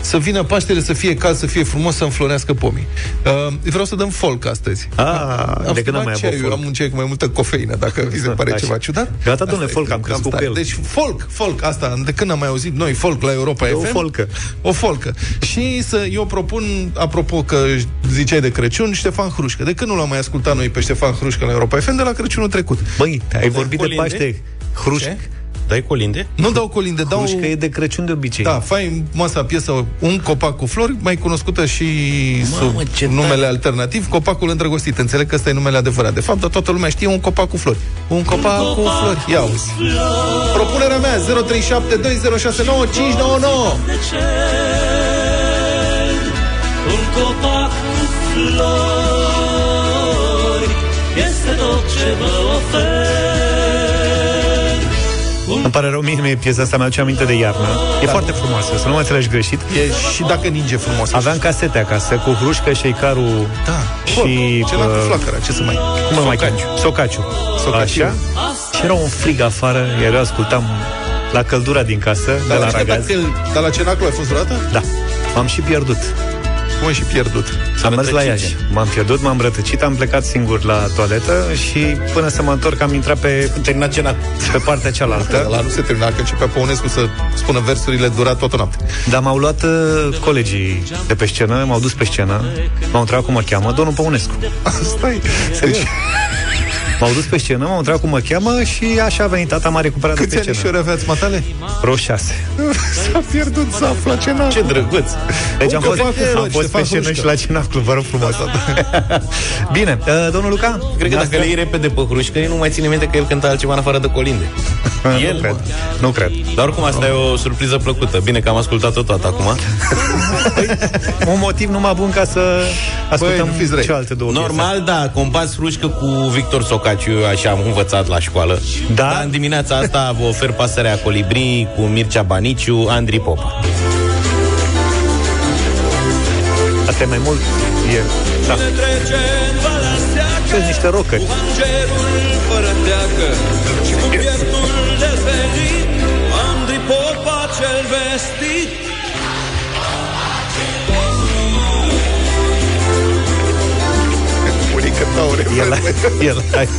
Speaker 3: Să vină Paștele, să fie cald, să fie frumos, să înflorească pomii. Uh, vreau să dăm folk astăzi.
Speaker 2: Ah, de când am mai
Speaker 3: fumat
Speaker 2: avut
Speaker 3: ceaiul, Am
Speaker 2: folk
Speaker 3: un ceai cu mai multă cofeină, dacă vi se pare
Speaker 2: Da, Așa.
Speaker 3: ceva ciudat.
Speaker 2: Gata,
Speaker 3: Asta
Speaker 2: domnule,
Speaker 3: e
Speaker 2: folk,
Speaker 3: când
Speaker 2: am crescut
Speaker 3: stat.
Speaker 2: pe el.
Speaker 3: Deci folk, folk, asta, de când am mai auzit noi folk la Europa
Speaker 2: E o
Speaker 3: FM?
Speaker 2: folcă.
Speaker 3: O folcă. Și să, eu propun, apropo că ziceai de Crăciun, Ștefan Hrușcă. De când nu l-am mai ascultat noi pe Ștefan Hrușcă la Europa FM? De la Crăciunul trecut.
Speaker 2: Băi, ai vorbit de
Speaker 4: colinde?
Speaker 2: Paște Hrușc
Speaker 3: Ce?
Speaker 4: Dai colinde?
Speaker 3: Nu dau colinde, dau...
Speaker 2: Hrușcă e de Crăciun de obicei
Speaker 3: Da, faimoasa piesă Un copac cu flori, mai cunoscută și
Speaker 4: Mamă,
Speaker 3: sub
Speaker 4: ce
Speaker 3: numele
Speaker 4: tare.
Speaker 3: alternativ Copacul îndrăgostit. Înțeleg că ăsta e numele adevărat. De fapt, dar toată lumea știe Un copac cu flori. Un copac, cu flori. Ia uzi. Propunerea mea 0372069599.
Speaker 9: Un copac cu flori Este tot ce vă ofer
Speaker 2: Îmi pare rău, mie, mie piesa asta mi-aduce aminte de iarnă E foarte frumoasă, să nu mă înțelegi greșit
Speaker 3: Da. E și dacă ninge frumos.
Speaker 2: Aveam casete acasă cu Hrușcă, Șeicaru
Speaker 3: Da.
Speaker 2: și
Speaker 3: Celălalt
Speaker 2: uh,
Speaker 3: cu flacăra, ce să mai...
Speaker 2: Cum îl mai
Speaker 3: Socaciu.
Speaker 2: cheamă? Socaciu.
Speaker 3: Socaciu.
Speaker 2: Așa? Și era un frig afară, iar eu ascultam la căldura din casă, de
Speaker 3: Dar
Speaker 2: la
Speaker 3: la,
Speaker 2: ragaz.
Speaker 3: cenacul- dar la Cenaclu ai fost vreodată?
Speaker 2: Da. M-am și pierdut.
Speaker 3: Cum ai și pierdut?
Speaker 2: Am mers la
Speaker 4: rătăcit.
Speaker 2: Iași. M-am pierdut, m-am rătăcit, am plecat singur la toaletă și până să mă întorc am intrat pe,
Speaker 4: Terminat cena.
Speaker 2: pe partea
Speaker 3: Da?
Speaker 2: cealaltă.
Speaker 3: La nu se termina, că începea Păunescu să spună versurile dura toată noaptea.
Speaker 2: Dar m-au luat uh, colegii de pe scenă, m-au
Speaker 3: Ah,
Speaker 2: dus pe scenă, m-au întrebat cum mă cheamă, domnul Păunescu.
Speaker 3: Stai. Deci,
Speaker 2: M-au dus pe scenă, m-au întrebat cum mă cheamă și așa a venit tata, m-a recuperat de
Speaker 3: Câți
Speaker 2: pe scenă.
Speaker 3: anișori aveați, matale?
Speaker 2: Vreo șase.
Speaker 3: S-a pierdut, s-a aflat ce n-a.
Speaker 4: Ce drăguț.
Speaker 2: Deci am
Speaker 3: Cum
Speaker 2: fost,
Speaker 3: că fac cu
Speaker 2: am fost
Speaker 3: Ștefan
Speaker 2: pe scenă
Speaker 3: Hrușcă?
Speaker 2: și la cena club, vă rog frumos.
Speaker 3: Ah.
Speaker 2: Bine, uh, domnul Luca?
Speaker 4: Cred că dacă le iei repede pe hrușcă, nu mai ține minte că el cânta altceva în afară de colinde.
Speaker 2: El, nu
Speaker 4: el,
Speaker 2: cred.
Speaker 4: mă.
Speaker 2: Nu cred.
Speaker 4: Dar oricum asta e o surpriză plăcută. Bine că am ascultat-o toată acum.
Speaker 2: Păi, Un motiv numai bun ca să ascultăm
Speaker 3: Păi, nu fiți răi.
Speaker 2: cealaltă două
Speaker 4: Normal, da, combați frușcă cu Victor Socaciu, eu așa am învățat la școală.
Speaker 2: Da?
Speaker 4: Dar în dimineața asta vă ofer pasărea colibri cu Mircea Baniciu, Andri Popa.
Speaker 2: piese. Asta e mai mult. E. Da. Sunt niște rocări.
Speaker 3: Unii cântau
Speaker 2: El, el, hai.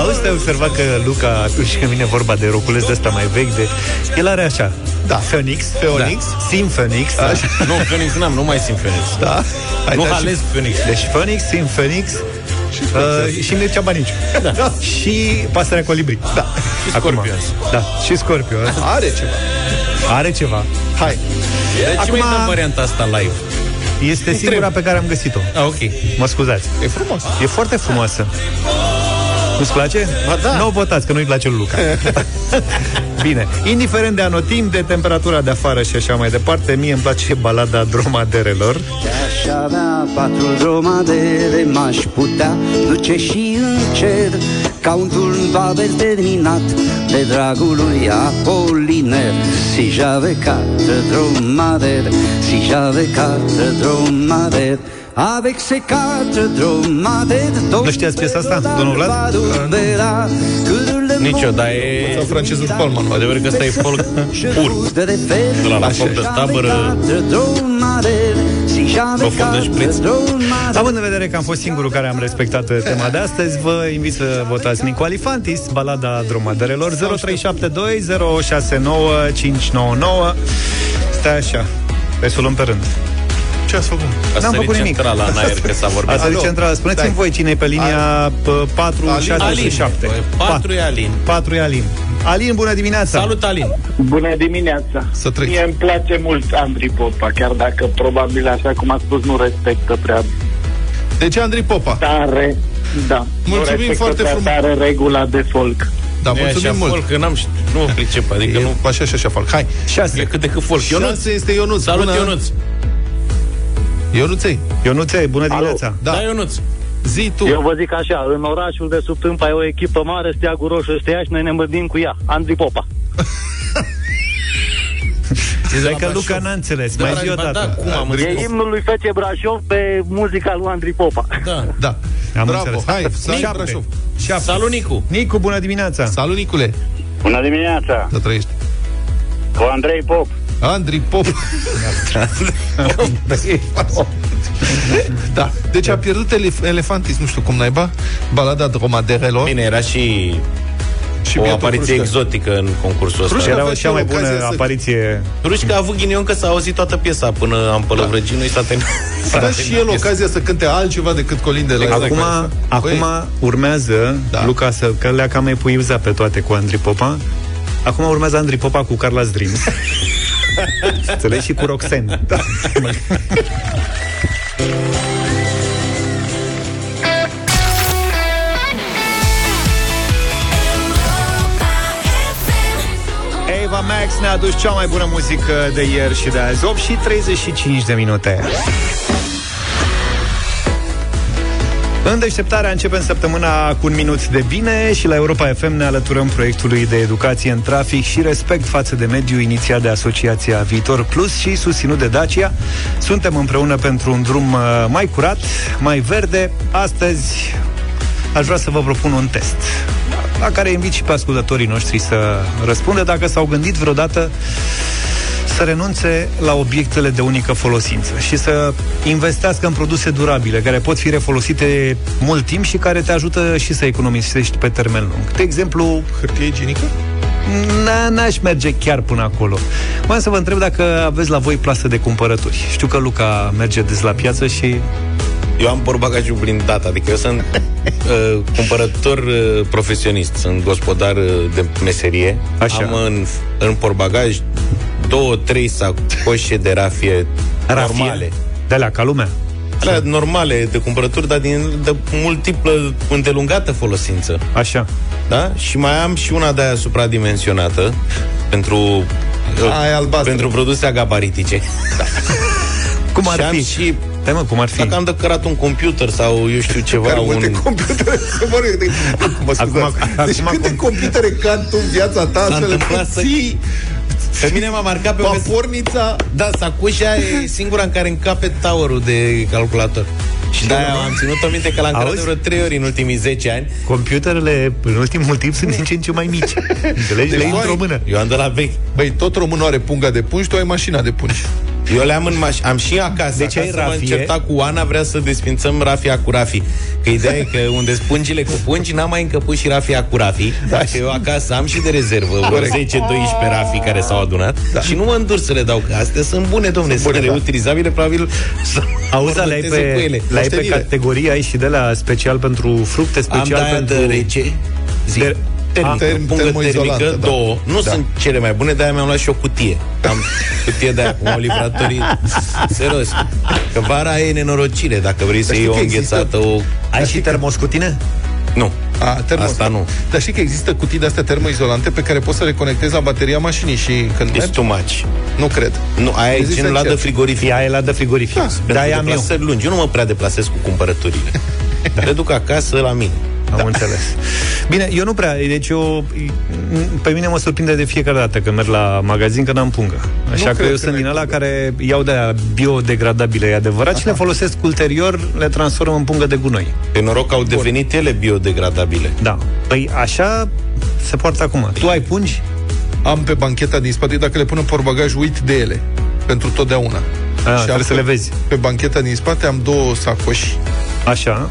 Speaker 2: Auzi, te-ai observat că Luca, atunci când vine vorba de roculeț de ăsta mai vechi, de... el are așa, da. Phoenix,
Speaker 3: Phoenix.
Speaker 2: da. Sim Phoenix, da.
Speaker 4: nu, Phoenix n-am, nu mai simt Phoenix.
Speaker 3: Da. Hai,
Speaker 4: nu
Speaker 3: da, și-
Speaker 4: ales Phoenix.
Speaker 2: deci Phoenix, Sim Phoenix, uh, și Mircea Baniciu. Da. Și Pasărea Colibri. Da.
Speaker 4: Și Scorpions.
Speaker 2: Da. Și Scorpio.
Speaker 3: Are ceva.
Speaker 2: Are ceva.
Speaker 3: Hai.
Speaker 4: Deci
Speaker 2: Acum-
Speaker 4: Acum... mai dăm varianta asta live.
Speaker 2: Este singura pe care am găsit-o.
Speaker 4: Ah, ok.
Speaker 2: Mă scuzați.
Speaker 3: E frumos.
Speaker 2: E foarte frumoasă. Nu-ți place?
Speaker 3: Ba da.
Speaker 2: Nu o votați, că nu-i place lui Luca. Bine. Indiferent de anotimp, de temperatura de afară și așa mai departe, mie îmi place balada dromaderelor.
Speaker 10: Aș avea patru dromadele, m-aș putea duce și în cer Ca un turn babes terminat de dragul lui Apoliner Si j'avais quatre dromadaires, si j'avais quatre dromadaires Avec ces quatre dromadaires
Speaker 2: Nu știați piesa asta, domnul Vlad?
Speaker 4: Nicio, dar e...
Speaker 3: Sau francezul Palman.
Speaker 4: Cu Adevărul că ăsta e folk pur.
Speaker 10: De
Speaker 4: la la foc de tabără. Profundă și preț.
Speaker 2: Având în vedere că am fost singurul care am respectat uh, tema de astăzi, vă invit să votați Nicu Alifantis, balada dromaderelor 0372 069599. Stai așa, pe să o luăm pe rând.
Speaker 3: Ce ați făcut?
Speaker 4: A
Speaker 2: N-am
Speaker 4: sărit
Speaker 2: făcut nimic.
Speaker 4: centrala în aer că s-a vorbit.
Speaker 2: Ați
Speaker 3: Alo.
Speaker 2: centrală, spuneți-mi
Speaker 3: Dai.
Speaker 2: voi cine e pe linia 4,
Speaker 3: Alin.
Speaker 2: 6 și
Speaker 4: Da. Alin.
Speaker 2: 7.
Speaker 4: Băi, patru e Alin.
Speaker 2: 4 e Alin. Alin, bună dimineața!
Speaker 4: Salut, Alin!
Speaker 10: Bună dimineața!
Speaker 3: Să trăiți.
Speaker 10: Mie îmi place mult Andrei Popa, chiar dacă probabil, așa cum a spus, nu respectă prea
Speaker 3: Deci Andrei Popa.
Speaker 10: tare. Da. nu
Speaker 3: Mulțumim
Speaker 10: respectă
Speaker 3: foarte
Speaker 10: prea
Speaker 3: frumos.
Speaker 10: tare regula de folk.
Speaker 3: Da,
Speaker 4: Nu e
Speaker 3: mulțumim
Speaker 4: așa
Speaker 3: mult.
Speaker 4: folk, că n-am, ș- nu mă pricep, adică nu...
Speaker 3: E, așa și așa fac. Hai.
Speaker 2: 6.
Speaker 4: E cât de cât folk. Ionuț!
Speaker 3: Șase este Ionuț.
Speaker 4: Salut,
Speaker 3: Bună.
Speaker 4: Ionuț!
Speaker 3: Ionuței.
Speaker 2: Ionuței, bună dimineața!
Speaker 4: Da,
Speaker 3: Da.
Speaker 4: Ionuț!
Speaker 3: Zi tu.
Speaker 10: Eu vă zic așa, în orașul de sub Tâmpa e o echipă mare, Steagul Roșu este ea și noi ne mândim cu ea. Andrei Popa.
Speaker 2: Cred că Luca n-a înțeles, mai zi o
Speaker 4: Ba Da,
Speaker 2: dată.
Speaker 4: cum am
Speaker 10: E
Speaker 4: râs?
Speaker 10: imnul lui Fece Brașov pe muzica lui Andrei Popa.
Speaker 4: Da.
Speaker 3: Da.
Speaker 2: Am
Speaker 3: Bravo.
Speaker 2: înțeles.
Speaker 3: Hai. Salut,
Speaker 2: Șapte.
Speaker 3: Brașov.
Speaker 4: Salut, Nicu!
Speaker 2: Nicu, bună dimineața!
Speaker 3: Salut, Nicule.
Speaker 10: Bună dimineața,
Speaker 3: Să Da, trăiești.
Speaker 10: cu Andrei Pop.
Speaker 3: Andrei Pop. da. Deci a pierdut elef- elefantis, nu știu cum naiba, balada dromaderelor.
Speaker 4: Bine, era și
Speaker 3: și
Speaker 4: o
Speaker 3: Beatul
Speaker 4: apariție
Speaker 3: Crușcă.
Speaker 4: exotică în concursul ăsta.
Speaker 3: Crușcă.
Speaker 4: Era-
Speaker 2: Era
Speaker 3: aveți
Speaker 2: cea mai
Speaker 3: ocazia
Speaker 2: bună
Speaker 3: să-
Speaker 2: apariție.
Speaker 4: Rușca a avut ghinion că s-a auzit toată piesa până am pălăvrăgit, nu i s-a terminat. Exact.
Speaker 3: S-a dat și el ocazia să cânte altceva decât colinde la
Speaker 2: Acum,
Speaker 4: Păi-
Speaker 2: acum urmează
Speaker 3: Da.
Speaker 2: Luca să... Că le-a cam epuizat pe toate cu Andrei Popa. Acum urmează Andrei Popa cu Carla Dreams. Înțelegi? Și cu Roxanne. Da. Eva Max ne-a adus cea mai bună muzică de ieri și de azi 8 și 35 de minute În deșteptarea începem săptămâna cu un minut de bine și la Europa FM ne alăturăm proiectului de educație în trafic și respect față de mediu inițiat de Asociația Viitor Plus și susținut de Dacia. Suntem împreună pentru un drum uh, mai curat, mai verde. Astăzi aș vrea să vă propun un test la care invit și pe ascultătorii noștri să răspundă dacă s-au gândit vreodată să renunțe la obiectele de unică folosință și să investească în produse durabile care pot fi refolosite mult timp și care te ajută și să economisești pe termen lung. De exemplu,
Speaker 3: Hârtie igienică?
Speaker 2: n- n-aș merge chiar până acolo. Vreau să vă întreb dacă aveți la voi plasă de cumpărături. Știu că Luca merge des la piață și
Speaker 4: Eu am porbagajul blindat, adică eu sunt uh, cumpărător uh, profesionist, sunt gospodar uh, de meserie.
Speaker 2: Așa.
Speaker 4: Am în, în porbagaj două, trei sacoșe de rafie,
Speaker 2: Rafie?
Speaker 4: normale.
Speaker 2: De alea, ca lumea.
Speaker 4: Alea normale de cumpărături, dar din, de multiplă, îndelungată folosință.
Speaker 2: Așa.
Speaker 4: Da? Și mai am și una de aia supradimensionată pentru
Speaker 3: Aia albastră. Da.
Speaker 4: pentru produse agabaritice.
Speaker 2: Cum
Speaker 4: și
Speaker 2: ar
Speaker 4: am
Speaker 2: fi?
Speaker 4: și
Speaker 2: Stai mă, cum ar fi?
Speaker 4: dacă am decărat un computer sau eu știu ceva,
Speaker 3: Care
Speaker 4: un...
Speaker 3: multe computere se vor de... Mă scuzați.
Speaker 2: Acum- acum-
Speaker 3: deci
Speaker 2: acum-
Speaker 3: câte computere cad tu în viața ta
Speaker 4: S-a
Speaker 3: astfel
Speaker 4: întâmplat
Speaker 3: încât
Speaker 4: să-
Speaker 3: ții
Speaker 4: Pe mine m-a marcat pe o mes-
Speaker 3: vapornița
Speaker 4: Da, sacoșa e singura în care încape towerul de calculator. Și de-aia am ținut-o minte că l-am cărat de
Speaker 2: Auzi?
Speaker 4: vreo 3 ori în ultimii 10 ani.
Speaker 2: Computerele, în ultimul timp, sunt din ce în ce mai mici. Înțelegi?
Speaker 3: Deci
Speaker 2: Le intru în mână.
Speaker 4: Eu am de la vechi.
Speaker 3: Băi, tot românul are punga de pungi, tu ai mașina de pungi.
Speaker 4: Eu le-am în maș- am și acasă.
Speaker 2: Deci ai
Speaker 4: acasă m-am
Speaker 2: rafie?
Speaker 4: certat cu Ana, vrea să desfințăm rafia cu Rafi. Că ideea e că unde spungile cu pungi, n-am mai încăput și rafia cu Rafi. Da. Că eu acasă am și de rezervă vreo 10-12 Rafi care s-au adunat. Da. Și nu mă îndur să le dau, că astea sunt bune, domne, sunt,
Speaker 3: bune, da.
Speaker 4: reutilizabile, probabil să
Speaker 2: Auzi, dar le-ai
Speaker 4: ornatez cu ele.
Speaker 2: pe, le-ai pe
Speaker 4: Moștenire.
Speaker 2: categorie, ai și de la special pentru fructe,
Speaker 4: Am de
Speaker 2: special
Speaker 4: aia
Speaker 2: pentru...
Speaker 4: de rece Zi.
Speaker 2: De- Ah,
Speaker 4: Termică,
Speaker 3: term-
Speaker 4: pungă
Speaker 3: termoizolantă,
Speaker 4: termică,
Speaker 3: da.
Speaker 4: două. Nu
Speaker 3: Da.
Speaker 4: sunt cele mai bune, de-aia mi-am luat și o cutie. Am cutie de-aia cu livratorii. Serios. Că vara e nenorocire dacă vrei să
Speaker 3: Dar
Speaker 4: iei
Speaker 3: știi
Speaker 4: o
Speaker 3: că există-
Speaker 4: înghețată, o...
Speaker 2: Ai și termos cu tine?
Speaker 4: Nu.
Speaker 3: A, termo-
Speaker 4: Asta nu.
Speaker 3: Dar știi că există cutii de-astea termoizolante pe care poți să le conectezi la bateria mașinii și când
Speaker 4: It's
Speaker 3: mergi?
Speaker 4: too much.
Speaker 3: Nu cred.
Speaker 4: Nu, aia e
Speaker 3: Există
Speaker 4: genul ăla de
Speaker 3: încerc.
Speaker 4: frigorific.
Speaker 2: Ea e la de frigorific. Da,
Speaker 4: Pentru
Speaker 2: da am eu.
Speaker 4: deplasări lungi. Eu nu mă prea deplasez cu cumpărăturile. Le duc acasă la mine.
Speaker 2: Am da. înțeles. Bine, eu nu prea, deci eu, pe mine mă surprinde de fiecare dată când merg la magazin că n-am pungă. Așa
Speaker 3: Nu
Speaker 2: că
Speaker 3: cred
Speaker 2: eu
Speaker 3: că
Speaker 2: sunt
Speaker 3: n-ai
Speaker 2: din ala
Speaker 4: da.
Speaker 2: care iau de aia biodegradabile, e adevărat, și le folosesc ulterior, le transform în pungă de gunoi.
Speaker 4: Pe noroc că au devenit ele biodegradabile.
Speaker 2: Da. Păi așa se poartă acum. Tu ai pungi?
Speaker 3: Am pe bancheta din spate, dacă le pun în porbagaj, uit de ele. Pentru totdeauna.
Speaker 2: A, trebuie
Speaker 3: am
Speaker 2: să
Speaker 3: pe-
Speaker 2: le vezi.
Speaker 3: Pe bancheta din spate am două sacoși
Speaker 2: Așa.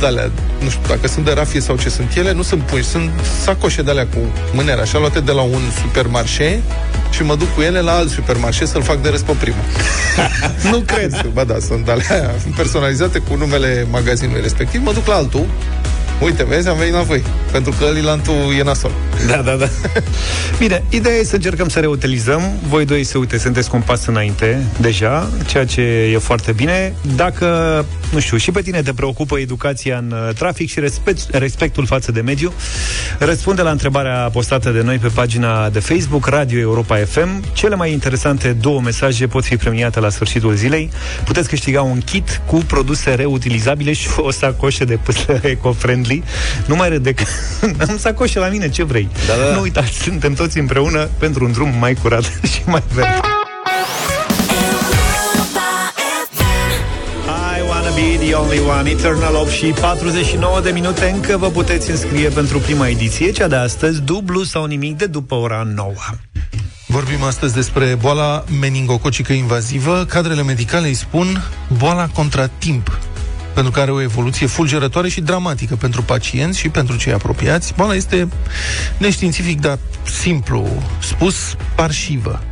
Speaker 3: de alea, nu știu dacă sunt de rafie sau ce sunt ele, nu sunt pungi, sunt sacoșe de alea cu mânere, așa, luate de la un supermarșe și mă duc cu ele la alt supermarșe să-l fac de răs pe primul. nu cred. Ba da, sunt de alea personalizate cu numele magazinului respectiv, mă duc la altul, Uite, vezi, am venit la voi. Pentru că Lilantul e nasol.
Speaker 4: Da, da, da.
Speaker 2: Bine, ideea e să încercăm să reutilizăm. Voi doi, să uite, sunteți cu un pas înainte deja, ceea ce e foarte bine. Dacă, nu știu, și pe tine te preocupă educația în uh, trafic și respect, respectul față de mediu, răspunde la întrebarea postată de noi pe pagina de Facebook Radio Europa FM. Cele mai interesante două mesaje pot fi premiate la sfârșitul zilei. Puteți câștiga un kit cu produse reutilizabile și o sacoșă de pâslă eco-friendly. Nu mai râde că am sacoșe la mine, ce vrei?
Speaker 4: Da, da, da.
Speaker 2: Nu uitați, suntem toți împreună pentru un drum mai curat și mai verde.
Speaker 5: Europa FM.
Speaker 2: I wanna be the only one, Eternal Love și 49 de minute încă vă puteți înscrie pentru prima ediție, cea de astăzi, dublu sau nimic de după ora 9.
Speaker 3: Vorbim astăzi despre boala meningococică invazivă. Cadrele medicale îi spun boala contratimp, pentru că are o evoluție fulgerătoare și dramatică pentru pacienți și pentru cei apropiați. Boala este neștiințific, dar simplu spus, parșivă.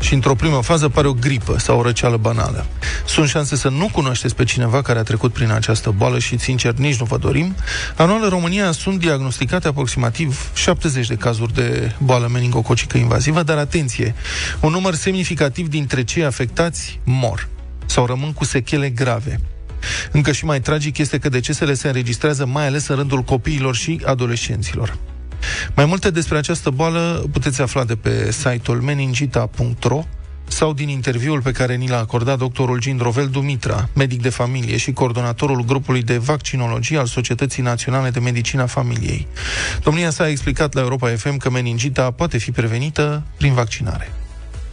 Speaker 3: Și într-o primă fază pare o gripă sau o răceală banală. Sunt șanse să nu cunoașteți pe cineva care a trecut prin această boală și, sincer, nici nu vă dorim. Anual în România sunt diagnosticate aproximativ 70 de cazuri de boală meningococică invazivă, dar atenție, un număr semnificativ dintre cei afectați mor sau rămân cu sechele grave. Încă și mai tragic este că decesele se înregistrează mai ales în rândul copiilor și adolescenților. Mai multe despre această boală puteți afla de pe site-ul meningita.ro sau din interviul pe care ni l-a acordat doctorul Gindrovel Dumitra, medic de familie și coordonatorul grupului de vaccinologie al Societății Naționale de Medicina Familiei. Domnia sa a explicat la Europa FM că meningita poate fi prevenită prin vaccinare.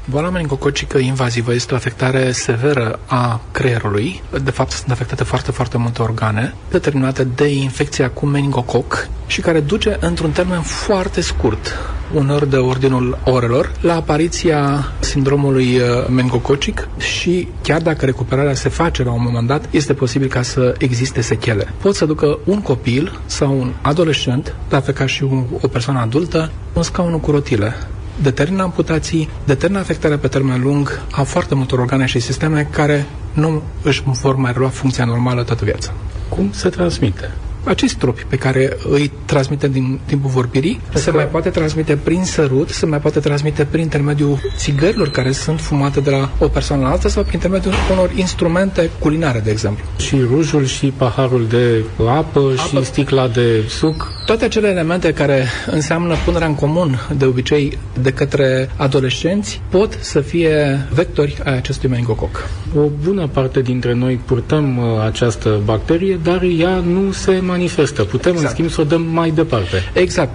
Speaker 11: Boala meningococică invazivă este o afectare severă a creierului. De fapt, sunt afectate foarte, foarte multe organe, determinate de infecția cu meningococ și care duce într-un termen foarte scurt, uneori de ordinul orelor, la apariția sindromului uh, meningococic și chiar dacă recuperarea se face la un moment dat, este posibil ca să existe sechele. Pot să ducă un copil sau un adolescent, la fel ca și un- o persoană adultă, în scaunul cu rotile determină amputații, determină afectarea pe termen lung a foarte multor organe și sisteme care nu își vor mai relua funcția normală toată viața.
Speaker 12: Cum se transmite?
Speaker 11: Acești tropi pe care îi transmitem din timpul vorbirii se mai poate transmite prin sărut, se mai poate transmite prin intermediul țigărilor care sunt fumate de la o persoană la alta sau prin intermediul unor instrumente culinare, de exemplu.
Speaker 12: Și rujul și paharul de apă, apă. și sticla de suc.
Speaker 11: Toate acele elemente care înseamnă punerea în comun de obicei de către adolescenți pot să fie vectori ai acestui meningococ.
Speaker 12: O bună parte dintre noi purtăm uh, această bacterie, dar ea nu se manifestă. Putem, exact. în schimb, să o dăm mai departe.
Speaker 11: Exact,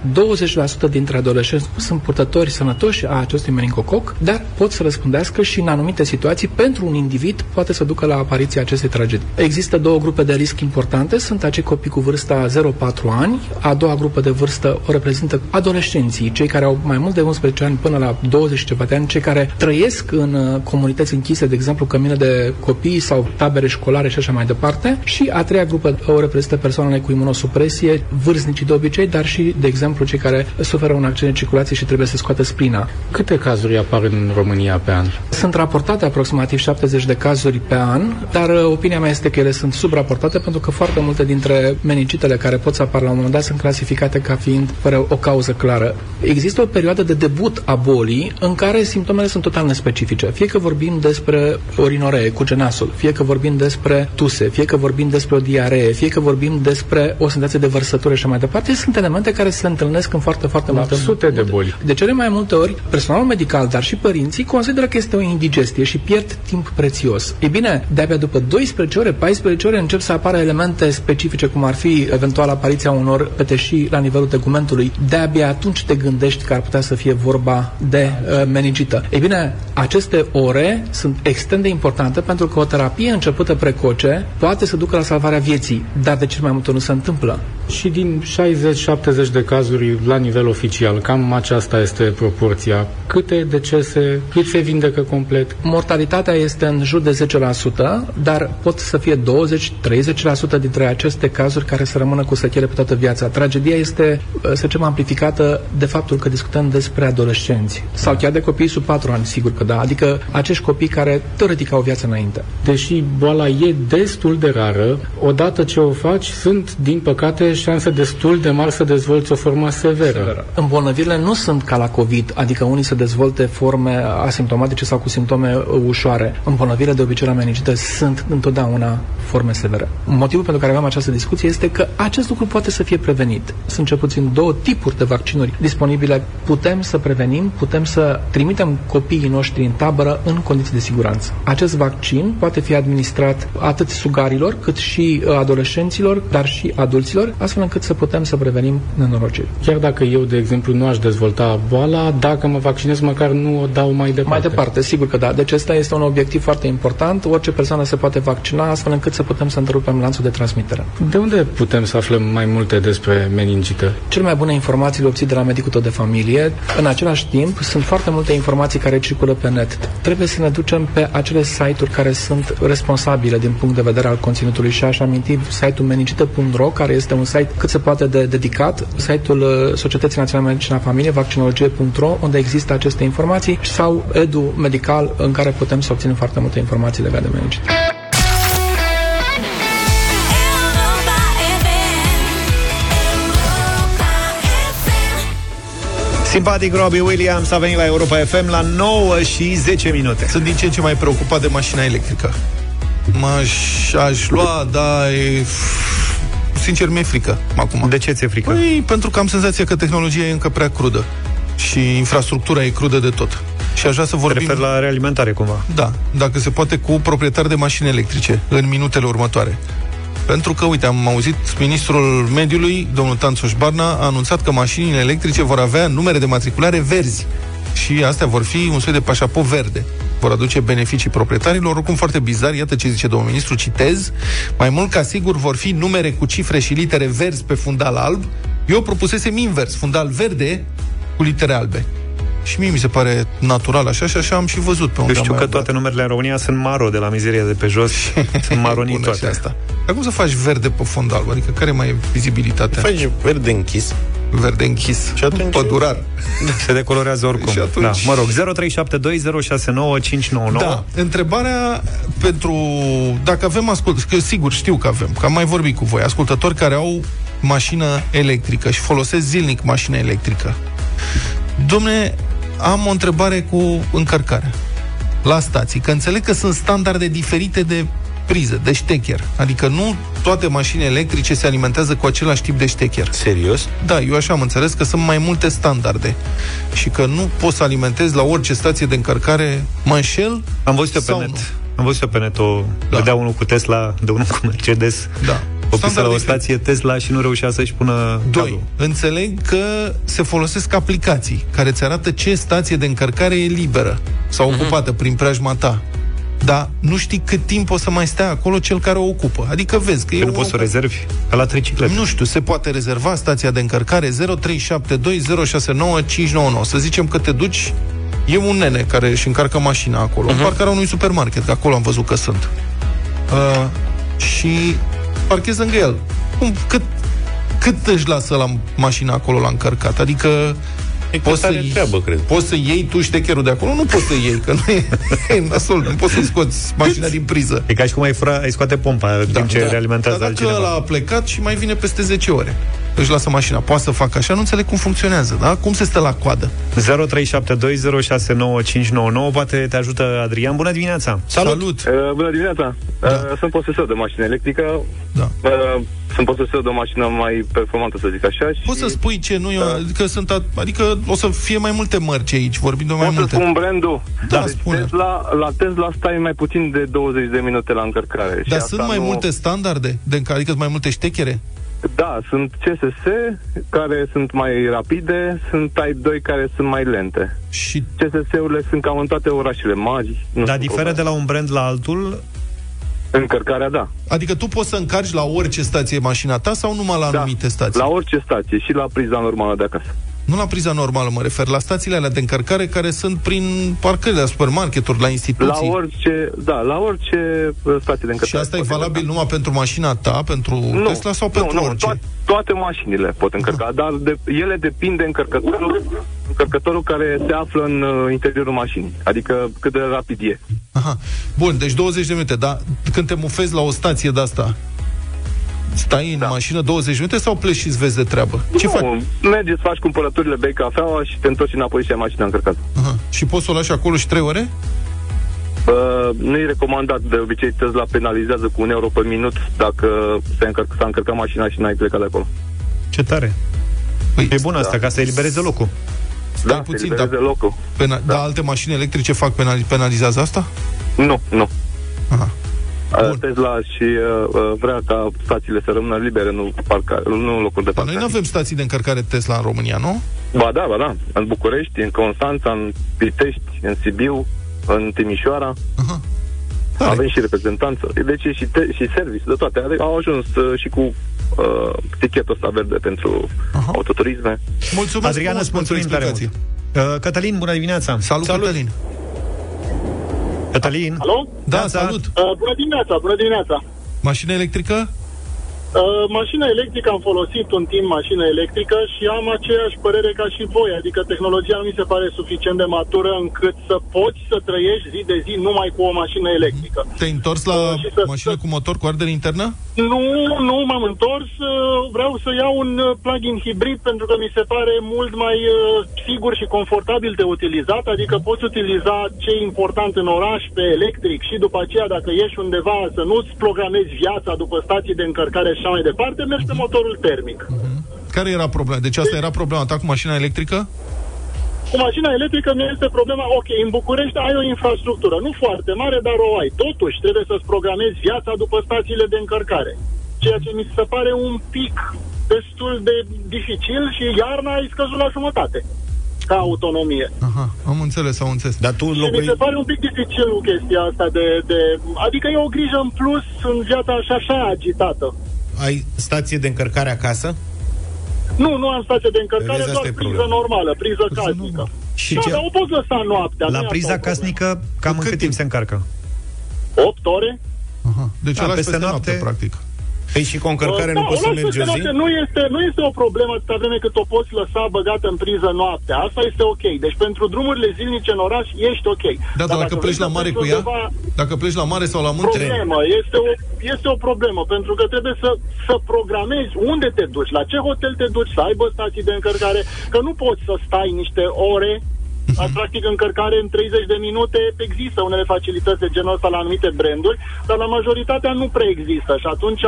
Speaker 11: 20% dintre adolescenți sunt purtători sănătoși a acestui meningococ, dar pot să răspundească și în anumite situații pentru un individ poate să ducă la apariția acestei tragedii. Există două grupe de risc importante, sunt acei copii cu vârsta 0-4 ani, a doua grupă de vârstă o reprezintă adolescenții, cei care au mai mult de 11 ani până la 20 și ceva de ani, cei care trăiesc în uh, comunități închise, de exemplu, cămine de copii sau tabere școlare și așa mai departe. Și a treia grupă o reprezintă persoanele cu imunosupresie, vârstnicii de obicei, dar și, de exemplu, cei care suferă un accident de circulație și trebuie să scoată splina.
Speaker 12: Câte cazuri apar în România pe an?
Speaker 11: Sunt raportate aproximativ 70 de cazuri pe an, dar uh, opinia mea este că ele sunt subraportate pentru că foarte multe dintre meningitele care pot să apară la un moment dat sunt clasificate ca fiind fără o cauză clară. Există o perioadă de debut a bolii în care simptomele sunt total nespecifice. Fie că vorbim despre orinoree, cu genasul, fie că vorbim despre tuse, fie că vorbim despre o diaree, fie că vorbim despre o senzație de vărsătură și așa mai departe, sunt elemente care se întâlnesc în foarte, foarte multe
Speaker 12: sute de boli.
Speaker 11: De cele mai multe ori, personalul medical, dar și părinții, consideră că este o indigestie și pierd timp prețios. Ei bine, de-abia după 12 ore, 14 ore, încep să apară elemente specifice, cum ar fi eventual apariția unor peteșii la nivelul tegumentului. De-abia atunci te gândești că ar putea să fie vorba de uh, meningită. Ei bine, aceste ore sunt extrem de importante pentru că o terapie începută precoce poate să ducă la salvarea vieții, dar de cel mai multe ori nu se întâmplă.
Speaker 12: Și din 60-70 de cazuri la nivel oficial, cam aceasta este proporția. Câte decese, cât se vindecă complet?
Speaker 11: Mortalitatea este în jur de 10%, dar pot să fie 20-30% dintre aceste cazuri care să rămână cu sechele pe toată viața. Tragedia este, să zicem, amplificată de faptul că discutăm despre adolescenți sau chiar de copii sub 4 ani, sigur că da, adică acești copii care teoretic au viața înainte.
Speaker 12: Deși boala e destul de rară, odată ce o faci, sunt, din păcate, șanse destul de mari să dezvolți o formă severă. severă.
Speaker 11: Îmbolnăvirile nu sunt ca la COVID, adică unii se dezvolte forme asimptomatice sau cu simptome uh, ușoare. Îmbolnăvirile de obicei la meningită sunt întotdeauna forme severe. Motivul pentru care avem această discuție este că acest lucru poate să fie prevenit. Sunt cel puțin două tipuri de vaccinuri disponibile. Putem să prevenim, putem să trimitem copiii noștri în tabără în condiții de siguranță. Acest vaccin poate fi administrat atât sugarilor, cât și uh, adolescenților, dar și adulților, astfel încât să putem să prevenim nenorociri.
Speaker 12: Chiar dacă eu, de exemplu, nu aș dezvolta boala, dacă mă vaccinez, măcar nu o dau mai departe.
Speaker 11: Mai departe, sigur că da. Deci ăsta este un obiectiv foarte important. Orice persoană se poate vaccina astfel încât să putem să întrerupem lanțul de transmitere.
Speaker 12: De unde putem să aflăm mai multe despre meningită?
Speaker 11: Cele mai bune informații le obții de la medicul tău de familie. În același timp, sunt foarte multe informații care circulă pe net. Trebuie să ne ducem pe acele site-uri care sunt responsabile din punct de vedere al conținutului și aș aminti site-ul meningită.ro, care este un site cât se poate de dedicat, site-ul uh, Societății Naționale Medicina Familie, vaccinologie.ro, unde există aceste informații, sau edu medical, în care putem să obținem foarte multe informații legate de meningită.
Speaker 5: Europa FM, Europa FM.
Speaker 2: Simpatic Robbie Williams a venit la Europa FM la 9 și 10 minute.
Speaker 3: Sunt din ce în ce mai preocupat de mașina electrică. M-aș aș lua, dar e... Sincer, mi-e frică acum.
Speaker 2: De ce ți-e frică?
Speaker 3: Păi, pentru că am senzația că tehnologia e încă prea crudă. Și infrastructura e crudă de tot. Și aș vrea să
Speaker 2: Te
Speaker 3: vorbim...
Speaker 2: referi la realimentare cumva.
Speaker 3: Da, dacă se poate cu proprietari de mașini electrice în minutele următoare. Pentru că, uite, am auzit ministrul mediului, domnul Tanțoș Barna, a anunțat că mașinile electrice vor avea numere de matriculare verzi. Și astea vor fi un soi de pașaport verde. Vor aduce beneficii proprietarilor, oricum foarte bizar, iată ce zice domnul ministru, citez. Mai mult ca sigur vor fi numere cu cifre și litere verzi pe fundal alb. Eu propusesem invers, fundal verde cu litere albe. Și mie mi se pare natural așa și așa am și văzut pe
Speaker 2: Eu
Speaker 3: unde am
Speaker 2: știu
Speaker 3: mai
Speaker 2: că
Speaker 3: aflat.
Speaker 2: toate numerele în România sunt maro de la mizeria de pe jos. sunt maronii
Speaker 3: Bună și
Speaker 2: toate.
Speaker 3: asta. Dar cum să faci verde pe fond alb? Adică care mai e vizibilitatea?
Speaker 4: Faci verde închis
Speaker 3: verde închis. Și atunci... Pădurar.
Speaker 2: Se decolorează oricum.
Speaker 3: Și atunci-
Speaker 2: Da. Mă rog, 0372069599.
Speaker 3: Da, întrebarea pentru... Dacă avem ascult... Că sigur știu că avem, că am mai vorbit cu voi, ascultători care au mașină electrică și folosesc zilnic mașină electrică. Domne, am o întrebare cu încărcarea la stații, că înțeleg că sunt standarde diferite de priză, de ștecher. Adică nu toate mașinile electrice se alimentează cu același tip de ștecher.
Speaker 4: Serios?
Speaker 3: Da, eu așa am înțeles că sunt mai multe standarde și că nu poți să alimentezi la orice stație de încărcare. Mă înșel?
Speaker 2: Am văzut eu pe
Speaker 3: sau
Speaker 2: net.
Speaker 3: nu?
Speaker 2: Am văzut eu pe net o... Da. Dea unul cu Tesla, de unul cu Mercedes.
Speaker 3: Da.
Speaker 2: O pusă la
Speaker 3: Standard
Speaker 2: o
Speaker 3: diferit.
Speaker 2: stație Tesla și nu reușea să-și pună
Speaker 3: Doi. Înțeleg că se folosesc aplicații care îți arată ce stație de încărcare e liberă sau
Speaker 2: Mhm.
Speaker 3: ocupată prin preajma ta. Dar nu știi cât timp o să mai stea acolo cel care o ocupă. Adică vezi că,
Speaker 2: Că
Speaker 3: e
Speaker 2: nu
Speaker 3: o-
Speaker 2: poți să o rezervi ca la triciclete.
Speaker 3: Nu știu, se poate rezerva stația de încărcare 0372069599. Să zicem că te duci, e un nene care își încarcă mașina acolo, uh-huh.
Speaker 2: Mhm.
Speaker 3: în parcarea unui supermarket, că acolo am văzut că sunt. Uh, și parchezi lângă el. Cum, cât, cât își lasă la mașina acolo la încărcat? Adică
Speaker 4: E cât are treabă, cred.
Speaker 3: poți să iei tu ștecherul de acolo? Nu poți să iei, că nu e, e nasol, nu poți să scoți mașina din priză. Da,
Speaker 2: E ca și cum ai, fra, ai scoate pompa în timp ce realimentează
Speaker 3: Dar dacă
Speaker 2: altcineva.
Speaker 3: ăla a plecat și mai vine peste 10 ore, își lasă mașina, poate să facă așa, nu înțeleg cum funcționează, da? Cum se stă la coadă?
Speaker 2: 0372069599 Poate te ajută Adrian. Bună dimineața!
Speaker 3: Salut!
Speaker 13: Uh, bună dimineața! Da. Uh, sunt posesor de mașină electrică.
Speaker 3: Da.
Speaker 13: Uh, sunt posesor de o mașină mai performantă, să zic așa. Și
Speaker 3: Poți să spui ce nu e,
Speaker 13: Da.
Speaker 3: adică sunt, at- adică o să fie mai multe mărci aici, vorbim de mai
Speaker 13: Pot să
Speaker 3: multe.
Speaker 13: spun brandul?
Speaker 3: Da,
Speaker 13: deci
Speaker 3: spune.
Speaker 13: Tesla, la Tesla stai mai puțin de 20 de minute la încărcare. și
Speaker 3: Dar
Speaker 13: Deci asta
Speaker 3: sunt mai
Speaker 13: nu...
Speaker 3: multe standarde, de încă- adică sunt mai multe ștechere?
Speaker 13: Da, sunt CSS care sunt mai rapide, sunt Type 2 care sunt mai lente.
Speaker 3: Și
Speaker 13: CSS-urile sunt cam în toate orașele mari. Nu
Speaker 2: Dar
Speaker 13: sunt
Speaker 2: diferă de
Speaker 13: probleme.
Speaker 2: la un brand la altul?
Speaker 13: Încărcarea, da.
Speaker 3: Adică tu poți să încarci la orice stație mașina ta sau numai la da. anumite stații?
Speaker 13: La orice stație și la priza normală de acasă.
Speaker 3: Nu la priza normală mă refer, la stațiile alea de încărcare care sunt prin parcările la supermarketuri, la
Speaker 13: La
Speaker 3: instituții.
Speaker 13: orice, da, la orice uh, stație de încărcare.
Speaker 3: și asta e valabil numai pentru mașina ta, pentru Tesla sau pentru
Speaker 13: nu,
Speaker 3: orice?
Speaker 13: Toate, toate mașinile pot încărca, dar de, ele depind de încărcătorul, încărcătorul care se află în uh, interiorul mașinii, adică cât de rapid e.
Speaker 3: Aha. Bun, deci 20 de minute, dar când te mufezi la o stație de asta, stai în da. mașină 20 de minute sau pleci și vezi de treabă? Ce
Speaker 13: nu,
Speaker 3: faci?
Speaker 13: Mergi, îți faci cumpărăturile, bei cafeaua și te întorci înapoi și ai mașina încărcată.
Speaker 3: Aha. Și poți să o lași acolo și 3 ore?
Speaker 13: Uh, nu e recomandat, de obicei Tesla penalizează cu un euro pe minut dacă s-a încărcat, s-a încărcat mașina și n-ai plecat de acolo.
Speaker 2: Ce tare! Păi, e bun asta,
Speaker 13: da.
Speaker 2: ca să elibereze locul.
Speaker 3: Stai da, puțin, dar,
Speaker 13: locul.
Speaker 3: Pena- da. dar alte mașini electrice fac penal- penalizează asta?
Speaker 13: Nu, nu. Aha. Tesla și uh, uh, vrea ca stațiile să rămână libere, nu, parca, nu locuri de
Speaker 3: Dar Păi noi
Speaker 13: parcare.
Speaker 3: nu avem stații de încărcare Tesla în România, nu?
Speaker 13: Ba da, ba da. În București, în Constanța, în Pitești, în Sibiu, în Timișoara. Aha. Avem și reprezentanță. Deci e și, te- și service, de toate. Are- Au ajuns uh, și cu uh, tichetul ăsta verde pentru Aha. autoturisme.
Speaker 3: Mulțumesc
Speaker 2: Adrian, îți mulțumim tare mult. Uh, Cătălin, bună dimineața!
Speaker 3: Salut, salut. Cătălin!
Speaker 2: Cătălin!
Speaker 14: Alo?
Speaker 3: Da, salut!
Speaker 14: Uh, bună dimineața, bună dimineața.
Speaker 3: Mașină electrică?
Speaker 14: Uh, mașina electrică, am folosit un timp mașină electrică și am aceeași părere ca și voi, adică tehnologia nu mi se pare suficient de matură încât să poți să trăiești zi de zi numai cu o mașină electrică.
Speaker 3: Mhm. Te-ai întors la mașină cu motor cu ardere internă?
Speaker 14: Nu, nu m-am întors, uh, vreau să iau un uh, plug-in hibrid pentru că mi se pare mult mai uh, sigur și confortabil de utilizat, adică poți utiliza ce e important în oraș pe electric și după aceea dacă ieși undeva să nu-ți programezi viața după stații de încărcare și așa mai departe, mergi pe motorul termic.
Speaker 3: Care era problema? Deci asta era problema ta cu mașina electrică?
Speaker 14: Cu mașina electrică nu este problema, ok, în București ai o infrastructură, nu foarte mare, dar o ai. Totuși, trebuie să-ți programezi viața după stațiile de încărcare, ceea ce mi se pare un pic destul de dificil și iarna ai scăzut la jumătate ca autonomie.
Speaker 3: Aha, am înțeles, am înțeles.
Speaker 4: Dar tu
Speaker 14: Și mi se pare un pic dificil chestia asta de, de... Adică e o grijă în plus în viața așa așa agitată.
Speaker 4: Ai stație de încărcare acasă?
Speaker 14: Nu, nu am stație de încărcare,
Speaker 4: Vezi, asta
Speaker 14: doar
Speaker 4: e
Speaker 14: priză
Speaker 4: problema.
Speaker 14: normală, priză casnică.
Speaker 2: Și
Speaker 14: da,
Speaker 2: ce-
Speaker 14: dar o poți lăsa noaptea.
Speaker 2: La
Speaker 14: nu e
Speaker 2: priza
Speaker 14: asta o problemă.
Speaker 2: casnică, cam în cât timp se încarcă?
Speaker 14: 8 ore?
Speaker 3: Deci
Speaker 2: Da,
Speaker 3: da,
Speaker 2: peste
Speaker 3: peste noapte,
Speaker 2: noapte,
Speaker 3: practic.
Speaker 4: Păi și cu o încărcare
Speaker 14: Da,
Speaker 4: nu poți
Speaker 14: o
Speaker 4: să
Speaker 14: las
Speaker 4: mergi o
Speaker 14: se
Speaker 4: zi?
Speaker 14: lase. Nu este, nu este o problemă atâta vreme cât o poți lăsa băgată în priză noaptea. Asta este ok. Deci pentru drumurile zilnice în oraș ești ok.
Speaker 3: Da, dar dacă
Speaker 14: vrei
Speaker 3: pleci la
Speaker 14: să
Speaker 3: mare
Speaker 14: mergi
Speaker 3: cu ea,
Speaker 14: undeva-
Speaker 3: dacă pleci la mare sau la munte,
Speaker 14: problemă, este o, este o problemă, pentru că trebuie să, să programezi unde te duci, la ce hotel te duci, să aibă stații de încărcare, că nu poți să stai niște ore la practic încărcare în 30 de minute există unele facilități de genul ăsta la anumite branduri, dar la majoritatea nu prea există și atunci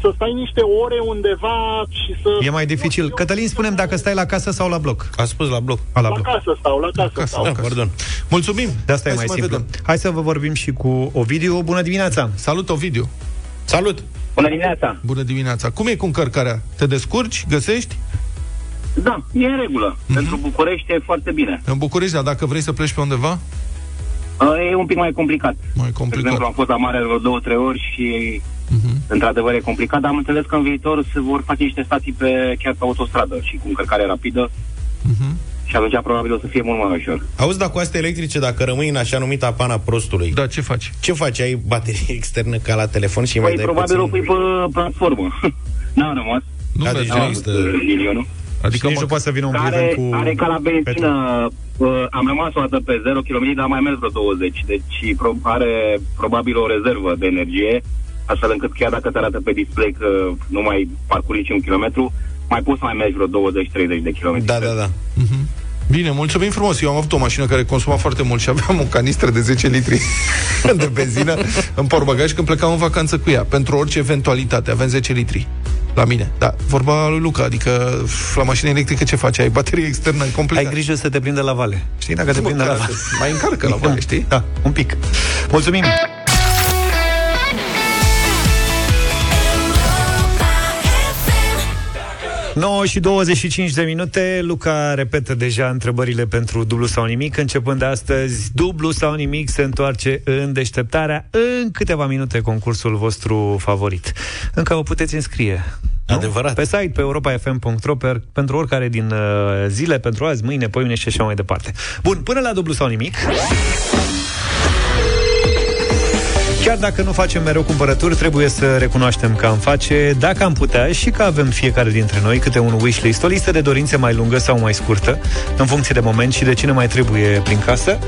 Speaker 14: să stai niște ore undeva și să...
Speaker 2: E mai dificil. Cătălin, spunem dacă stai la casă sau la bloc.
Speaker 4: A spus la bloc.
Speaker 2: A, la
Speaker 14: La
Speaker 2: bloc.
Speaker 14: casă stau, la casă,
Speaker 2: Casă,
Speaker 14: stau.
Speaker 2: da, pardon.
Speaker 3: Mulțumim!
Speaker 2: De asta
Speaker 3: Hai
Speaker 2: e mai
Speaker 3: să mai
Speaker 2: simplu. Hai să vă vorbim și cu Ovidiu. Bună dimineața!
Speaker 3: Salut, Ovidiu!
Speaker 4: Salut!
Speaker 15: Bună dimineața!
Speaker 3: Bună dimineața! Cum e cu încărcarea? Te descurci? Găsești? Mhm.
Speaker 15: Da, e în regulă. Mm-hmm. Pentru București e foarte bine.
Speaker 3: În București, dar dacă vrei să pleci pe undeva?
Speaker 15: Uh, E un pic mai complicat.
Speaker 3: Mai
Speaker 15: De exemplu, am fost la mare vreo două, trei ori și mm-hmm. într-adevăr e complicat, dar am înțeles că în viitor se vor face niște stații pe chiar pe autostradă și cu încărcare rapidă. Mm-hmm. Și atunci probabil o să fie mult mai ușor.
Speaker 4: Auzi, dar cu astea electrice, dacă rămâi în așa numita pana prostului...
Speaker 3: Da, ce faci?
Speaker 4: Ce faci? Ai baterie externă ca la telefon și mai
Speaker 15: Păi
Speaker 4: dai
Speaker 15: probabil o
Speaker 4: puțin...
Speaker 15: pui pe platformă. N-am rămas.
Speaker 3: Nu
Speaker 4: Da, deci
Speaker 15: N-am
Speaker 4: nu
Speaker 15: avut,
Speaker 4: există-
Speaker 15: uh, milionul.
Speaker 2: Adică nici nu poate să vină un
Speaker 15: Care,
Speaker 2: prieten cu...
Speaker 15: are ca la benzină, uh, am rămas o dată pe 0 km, dar am mai mers vreo 20, deci pro- are probabil o rezervă de energie, astfel încât chiar dacă te arată pe display că nu mai parcurgi nici un kilometru, mai poți să mai mergi vreo 20-30 de km.
Speaker 4: Da, da, da.
Speaker 3: Bine, mulțumim frumos. Eu am avut o mașină care consuma foarte mult și aveam o canistră de 10 litri de benzină în porbagaj când plecam în vacanță cu ea. Pentru orice eventualitate. Aveam 10 litri la mine. Da, vorba lui Luca, adică f, la mașină electrică ce faci? Ai baterie externă completă.
Speaker 2: Ai grijă să te prindă la vale. Știi, dacă te
Speaker 3: Măcar
Speaker 2: prinde la vale.
Speaker 3: atât. Mai încarcă la vale, știi?
Speaker 2: Da, un pic. Mulțumim! și 25 de minute, Luca repetă deja întrebările pentru dublu sau nimic. Începând de astăzi, dublu sau nimic se întoarce în deșteptarea în câteva minute concursul vostru favorit. Încă vă puteți înscrie. Nu? Adevărat. Pe site, pe europa.fm.ro, pe, pentru oricare din uh, zile, pentru azi, mâine, poimine și așa mai departe. Bun, până la dublu sau nimic. Chiar dacă nu facem mereu cumpărături, trebuie să recunoaștem că am face, dacă am putea și că avem fiecare dintre noi câte un wishlist, o listă de dorințe mai lungă sau mai scurtă, în funcție de moment și de cine mai trebuie prin casă.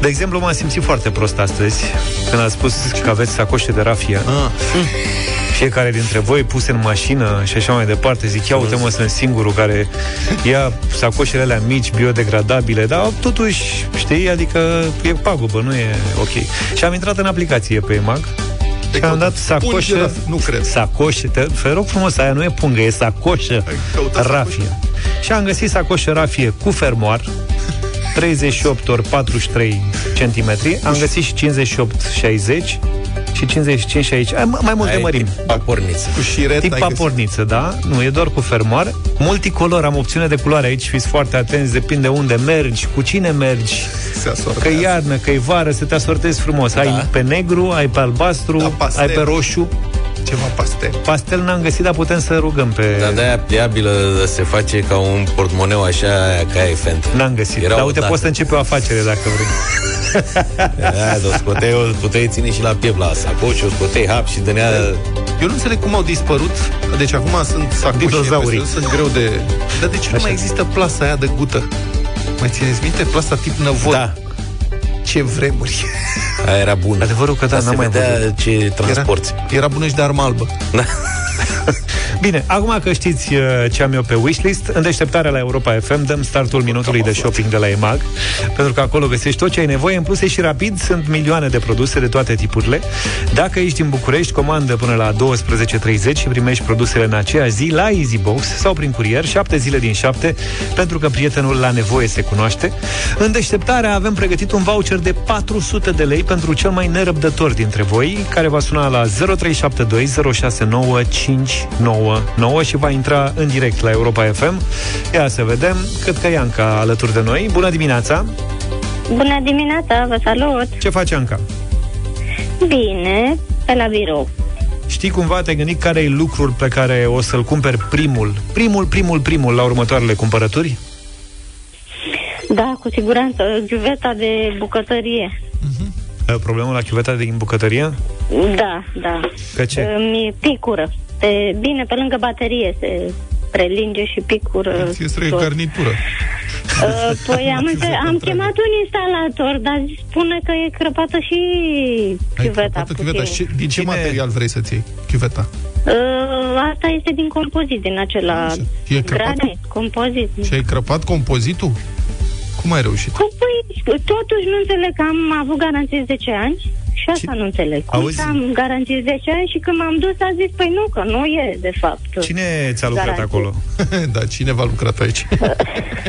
Speaker 2: De exemplu, m-am simțit foarte prost astăzi când a spus că aveți sacoșe de rafia. Fiecare dintre voi puse în mașină și așa mai departe, zic, ia uite mă, sunt singurul care ia sacoșele alea mici, biodegradabile, dar totuși, știi, adică e pagubă, nu e ok. Și am intrat în aplicație pe EMAG și am dat
Speaker 3: pungi
Speaker 2: sacoșă,
Speaker 3: raf- nu cred.
Speaker 2: sacoșe, te, te rog frumos, aia nu e pungă, e sacoșă, rafie. Și am găsit sacoșă rafie cu fermoar, 38 ori 43 cm, am găsit și 58 60 și 55 aici. Ai, mai mult de mărimi.
Speaker 4: Paporniță.
Speaker 3: Cu șiret
Speaker 2: Tip
Speaker 3: ai găsit.
Speaker 2: paporniță, da? Nu, e doar cu fermoar. Multicolor, am opțiune de culoare aici, fiți foarte atenți, depinde unde mergi, cu cine mergi.
Speaker 3: Se
Speaker 2: Că e iarnă, că e vară, să te asortezi frumos. Da. Ai pe negru, ai pe albastru, da, ai pe roșu.
Speaker 3: Ceva pastel.
Speaker 2: Pastel n-am găsit, dar putem să rugăm pe...
Speaker 4: Dar de-aia pliabilă se face ca un portmoneu așa, aia ca e fent.
Speaker 2: N-am găsit.
Speaker 4: Era
Speaker 2: Dar
Speaker 4: o
Speaker 2: uite,
Speaker 4: dată.
Speaker 2: poți să începi o afacere dacă vrei.
Speaker 4: Da, da, o scoteai, o puteai ține și la piept la sacoci, o scoteai hap și dănea...
Speaker 2: Păi.
Speaker 3: Eu nu înțeleg cum au dispărut. Deci acum sunt sacoșe
Speaker 4: Dinozaurii.
Speaker 3: pe sus, sunt greu de... Dar de ce nu mai există plasa aia de gută? Mai țineți minte? Plasa tip năvod. Da. Ce vremuri.
Speaker 4: Aia era bună.
Speaker 2: Adevărul că da,
Speaker 4: Dar
Speaker 2: n-am
Speaker 4: se
Speaker 2: mai
Speaker 4: vedea
Speaker 2: văzut.
Speaker 4: ce transporti.
Speaker 3: Era, era bună și de armă albă.
Speaker 4: Da.
Speaker 2: Bine, acum că știți uh, ce am eu pe wishlist, în deșteptarea la Europa FM dăm startul minutului de shopping de la EMAG, pentru că acolo găsești tot ce ai nevoie, în plus e și rapid, sunt milioane de produse de toate tipurile. Dacă ești din București, comandă până la 12.30 și primești produsele în aceea zi la Easybox sau prin curier, 7 zile din 7, pentru că prietenul la nevoie se cunoaște. În deșteptarea avem pregătit un voucher de 400 de lei pentru cel mai nerăbdător dintre voi, care va suna la 0372 069 599 și va intra în direct la Europa FM. Ia să vedem, cât că e Anca alături de noi. Bună dimineața!
Speaker 16: Bună dimineața, vă salut!
Speaker 2: Ce faci, Anca?
Speaker 16: Bine, pe la birou.
Speaker 2: Știi cumva, te-ai gândit care e lucrul pe care o să-l cumperi primul, primul, primul, primul la următoarele cumpărături?
Speaker 16: Da, cu siguranță, ghiuveta de bucătărie.
Speaker 2: Problemul la chiuveta din bucătărie?
Speaker 16: Da, da.
Speaker 2: Pe ce?
Speaker 16: Mi picură. Este bine, pe lângă baterie se prelinge și picură.
Speaker 3: Ți este
Speaker 16: tot.
Speaker 3: carnitură.
Speaker 2: Da,
Speaker 16: Uh, Păi am, încă- am chemat un instalator, dar spune că e crăpată și
Speaker 3: Toată
Speaker 16: cuveta
Speaker 3: Chiveta. Și Din ce material vrei să-ți iei chiveta?
Speaker 16: Uh, Asta este din compozit, din acela
Speaker 3: E crăpată?
Speaker 16: granit, compozit.
Speaker 3: Și ai crăpat compozitul? Cum ai reușit?
Speaker 16: Cum, Păi, totuși nu înțeleg că am avut garanție 10 ani și asta nu înțeleg. Cum
Speaker 2: Auzi?
Speaker 16: că am garanție 10 ani și când m-am dus a zis, păi nu, că nu e de fapt.
Speaker 2: Cine ți-a lucrat
Speaker 16: garanție.
Speaker 2: acolo?
Speaker 3: da, cine v-a lucrat aici?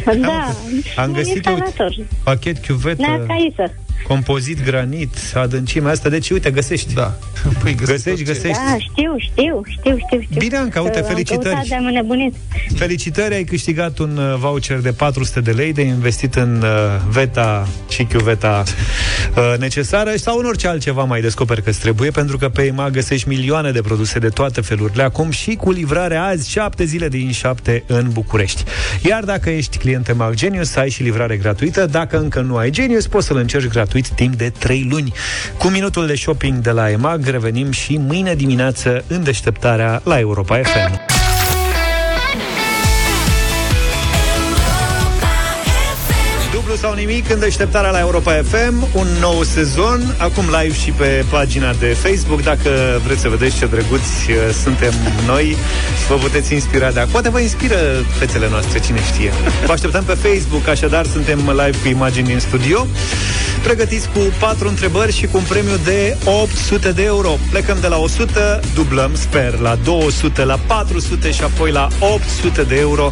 Speaker 16: Da,
Speaker 2: Am
Speaker 16: un
Speaker 2: găsit, uite,
Speaker 16: instalator.
Speaker 2: Pachet,
Speaker 16: Nea
Speaker 2: chiuvetă,
Speaker 16: Caisă.
Speaker 2: compozit, granit, adâncimea asta. Deci, uite, găsești.
Speaker 3: Da. Păi
Speaker 2: găsești, găsești.
Speaker 16: Da, știu, știu, știu, știu, știu.
Speaker 2: Bine, Anca, uite,
Speaker 16: Că
Speaker 2: felicitări.
Speaker 16: Am căutat, dar am înnebunit.
Speaker 2: Felicitări, ai câștigat un uh, voucher de 400 de lei de investit în uh, veta și chiuveta uh, necesară sau în orice altceva mai descoperi că trebuie, pentru că pe EMA găsești milioane de produse de toate felurile acum și cu livrare azi 7 zile din 7 în București. Iar dacă ești client EMA Genius, ai și livrare gratuită. Dacă încă nu ai Genius, poți să-l încerci gratuit timp de 3 luni. Cu minutul de shopping de la EMAG revenim și mâine dimineață în deșteptarea la Europa FM. Dublu sau nimic în deșteptarea la Europa FM, un nou sezon, acum live și pe pagina de Facebook. Dacă vreți să vedeți ce drăguți uh, suntem noi, vă puteți inspira de acum. Poate vă inspiră fețele noastre, cine știe. Vă așteptăm pe Facebook, așadar suntem live cu imagini din studio. Pregătiți cu patru întrebări și cu un premiu de 800 de euro. Plecăm de la 100, dublăm, sper, la 200, la 400 și apoi la 800 de euro.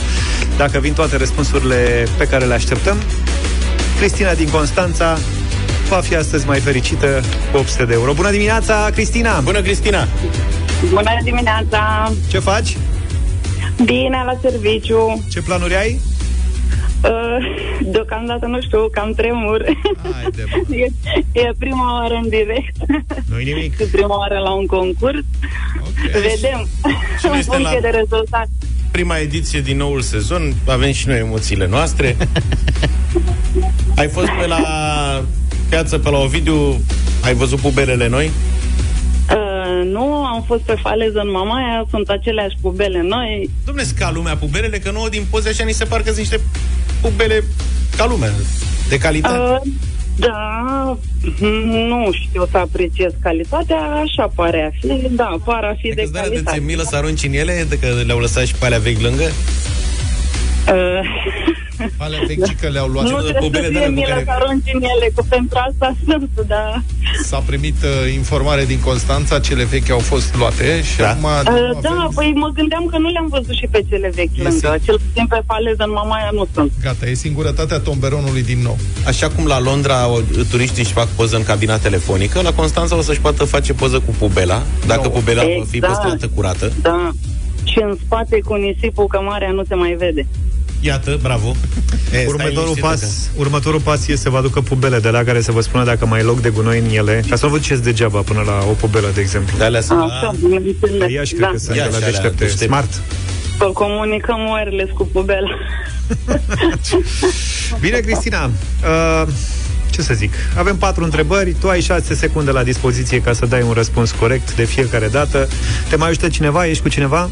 Speaker 2: Dacă vin toate răspunsurile pe care le așteptăm, Cristina din Constanța va fi astăzi mai fericită cu 800 de euro. Bună dimineața, Cristina! Bună, Cristina!
Speaker 17: Bună dimineața!
Speaker 2: Ce faci?
Speaker 17: Bine, la serviciu!
Speaker 2: Ce planuri ai?
Speaker 17: Uh, Deocamdată nu știu, cam tremur. e, e prima oară în direct.
Speaker 2: nu nimic.
Speaker 17: E prima oară la un concurs. Okay. Vedem.
Speaker 4: Cine
Speaker 17: în
Speaker 4: este
Speaker 17: funcție
Speaker 4: la-
Speaker 17: de rezultat.
Speaker 4: Prima ediție din noul sezon, avem și noi emoțiile noastre. ai fost pe la piață, pe la Ovidiu, ai văzut puberele noi?
Speaker 17: Uh, nu, am fost pe faleză în Mamaia, sunt aceleași pubele noi.
Speaker 4: Domne, sunt ca lumea puberele, că nouă din poze așa ni se par că sunt niște pubele ca lumea, de calitate.
Speaker 17: Uh, da, nu știu să apreciez calitatea, așa pare a fi, da, pare a fi de
Speaker 4: Dar de ți
Speaker 17: calitate.
Speaker 4: milă să arunci în ele, de că le-au lăsat și pe alea vechi lângă?
Speaker 17: Uh,
Speaker 3: Alea vechi și că le-au luat
Speaker 17: nu trebuie să fie milă să arunci în ele, că pentru asta sunt, da.
Speaker 3: S-a primit uh, informare din Constanța, cele vechi au fost luate și da. acum...
Speaker 17: Uh, da, păi mă gândeam că nu le-am văzut și pe cele vechi lângă. Cel puțin pe faleză în Mamaia nu sunt.
Speaker 3: Gata, e singurătatea tomberonului din nou.
Speaker 4: Așa cum la Londra o- turiștii își fac poză în cabina telefonică, la Constanța o să-și poată face poză cu pubela, dacă pubela va fi
Speaker 17: Exact.
Speaker 4: păstrată curată.
Speaker 17: Da. Și în spate cu nisipul, că marea nu se mai vede.
Speaker 4: Iată, bravo. E,
Speaker 2: următorul, pas, următorul pas e să vă aducă pubele de la care să vă spună dacă mai e loc de gunoi în ele, ca să nu vă duceți degeaba până la o pubelă, de exemplu.
Speaker 4: De alea
Speaker 17: sunt- Ah, Așa, bineînțeles,
Speaker 2: Iași,
Speaker 17: da.
Speaker 2: Păi cred că sunt
Speaker 17: Iași,
Speaker 2: de la
Speaker 17: alea
Speaker 2: deștepte.
Speaker 17: deștepte.
Speaker 2: Smart.
Speaker 17: Că comunicăm wireless cu pubela.
Speaker 2: Bine, Cristina. Uh, ce să zic? Avem patru întrebări, tu ai 6 secunde la dispoziție ca să dai un răspuns corect de fiecare dată. Te mai ajută cineva? Ești cu cineva?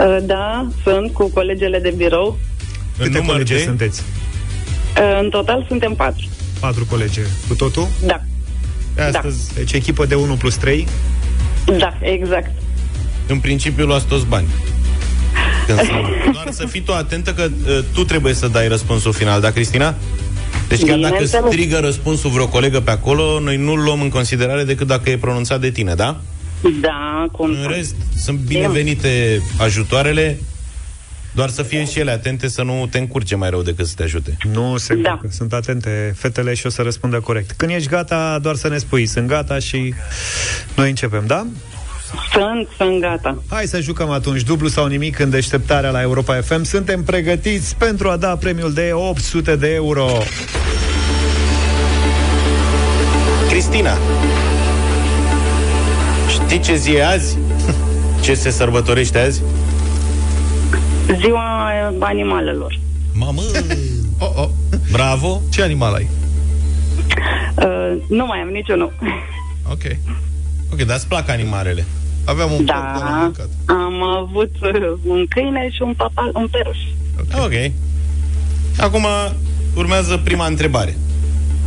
Speaker 17: Uh, Da, sunt cu colegele de birou.
Speaker 2: Câte colege sunteți?
Speaker 17: Uh, În total suntem patru.
Speaker 2: Patru colege. Cu totul?
Speaker 17: Da.
Speaker 2: Astăzi, Deci echipă de 1 plus 3.
Speaker 17: Da, exact.
Speaker 4: În principiu luați toți bani. Când se- Doar să fii tu atentă că uh, tu trebuie să dai răspunsul final, da, Cristina? Deci chiar dacă
Speaker 17: Bineînțeles.
Speaker 4: strigă răspunsul vreo colegă pe acolo, noi nu-l luăm în considerare decât dacă e pronunțat de tine, da?
Speaker 17: Da, cum
Speaker 4: În rest, sunt binevenite ajutoarele, doar să fie și ele atente să nu te încurce mai rău decât să te ajute.
Speaker 2: Nu, se da. Sunt atente fetele și o să răspundă corect. Când ești gata, doar să ne spui. Sunt gata și noi începem, da?
Speaker 17: Sunt, sunt gata.
Speaker 2: Hai să jucăm atunci dublu sau nimic în deșteptarea la Europa FM. Suntem pregătiți pentru a da premiul de 800 de euro.
Speaker 4: Cristina, știi ce zi e azi? Ce se sărbătorește azi?
Speaker 17: Ziua eh, animalelor.
Speaker 4: Mamă! oh, oh. Bravo!
Speaker 3: Ce animal ai?
Speaker 17: Uh, nu mai am niciunul.
Speaker 3: Ok.
Speaker 4: Ok, dar îți plac animalele.
Speaker 3: Aveam un
Speaker 17: da, am avut uh, un câine și un, papa, un peruș.
Speaker 4: Okay. ok. Acum urmează prima întrebare.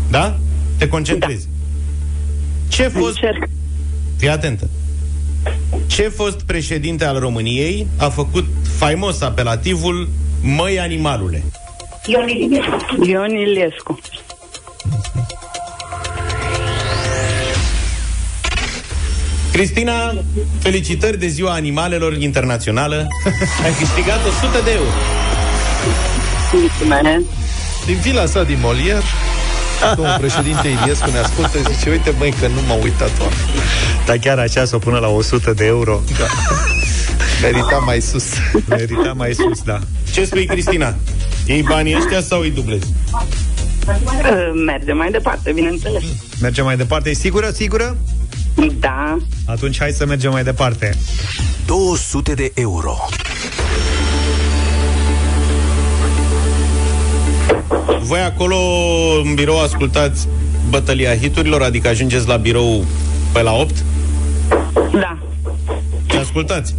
Speaker 4: Da? Te concentrezi. Da. Ce fost... Încerc. Fii atentă. Ce fost președinte al României a făcut faimos apelativul Măi animalule?
Speaker 17: Ion Iliescu. Ion Iliescu.
Speaker 4: Cristina, felicitări de Ziua Animalelor Internațională. Ai câștigat 100 de euro.
Speaker 17: Mulțumesc. Ah.
Speaker 3: Din vila sa din Molier, domnul președinte Iliescu ne ascultă și zice, uite măi că nu m-a uitat oamenii.
Speaker 2: Dar chiar așa să o pună la 100 de euro. Da.
Speaker 3: Merita mai sus.
Speaker 2: Merita mai sus, da.
Speaker 4: Ce spui, Cristina? Ei banii ăștia sau îi dublezi?
Speaker 17: Uh, Merge mai departe, bineînțeles.
Speaker 2: Mergem mai departe. E sigură, sigură?
Speaker 17: Da.
Speaker 2: Atunci hai să mergem mai departe.
Speaker 1: 200 de euro.
Speaker 4: Voi acolo în birou ascultați bătălia hiturilor, adică ajungeți la birou pe la 8
Speaker 17: Da.
Speaker 4: și ascultați.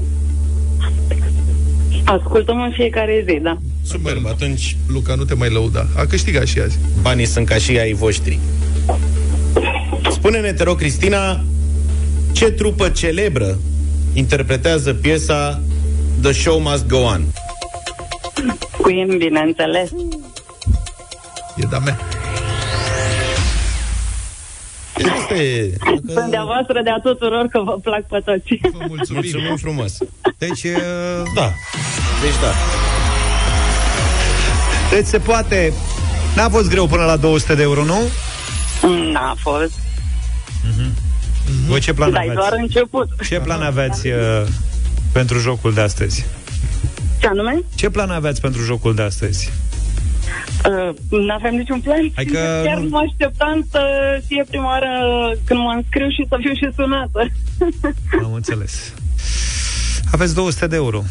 Speaker 17: Ascultăm în fiecare zi, da.
Speaker 4: Superb, atunci
Speaker 3: Luca nu te mai lăuda. A câștigat și azi.
Speaker 4: banii sunt ca și ai voștri. Spune-ne, te rog, Cristina, ce trupă celebră interpretează piesa The Show Must Go On?
Speaker 17: Queen, bineînțeles.
Speaker 3: E da mea.
Speaker 4: Este...
Speaker 17: Sunt de-a voastră, de-a tuturor, că vă plac pe toți.
Speaker 4: Mulțumim, Mulțumim frumos.
Speaker 2: Deci, uh,
Speaker 4: Da. Deci da.
Speaker 2: deci se poate. N-a fost greu până la 200 de euro, nu? Mhm.
Speaker 17: N-a fost.
Speaker 2: Voi ce plan
Speaker 17: Dar e
Speaker 2: aveți?
Speaker 17: doar început.
Speaker 2: Ce plan aveți uh, pentru jocul de astăzi?
Speaker 17: Ce anume?
Speaker 2: Ce plan aveți pentru jocul de astăzi?
Speaker 17: Uh, n-aveam niciun plan.
Speaker 2: Hai că
Speaker 17: Chiar
Speaker 2: nu-
Speaker 17: nu mă așteptam să fie prima oară când mă înscriu și să fiu și sunată.
Speaker 2: Am înțeles. Aveți 200 de euro.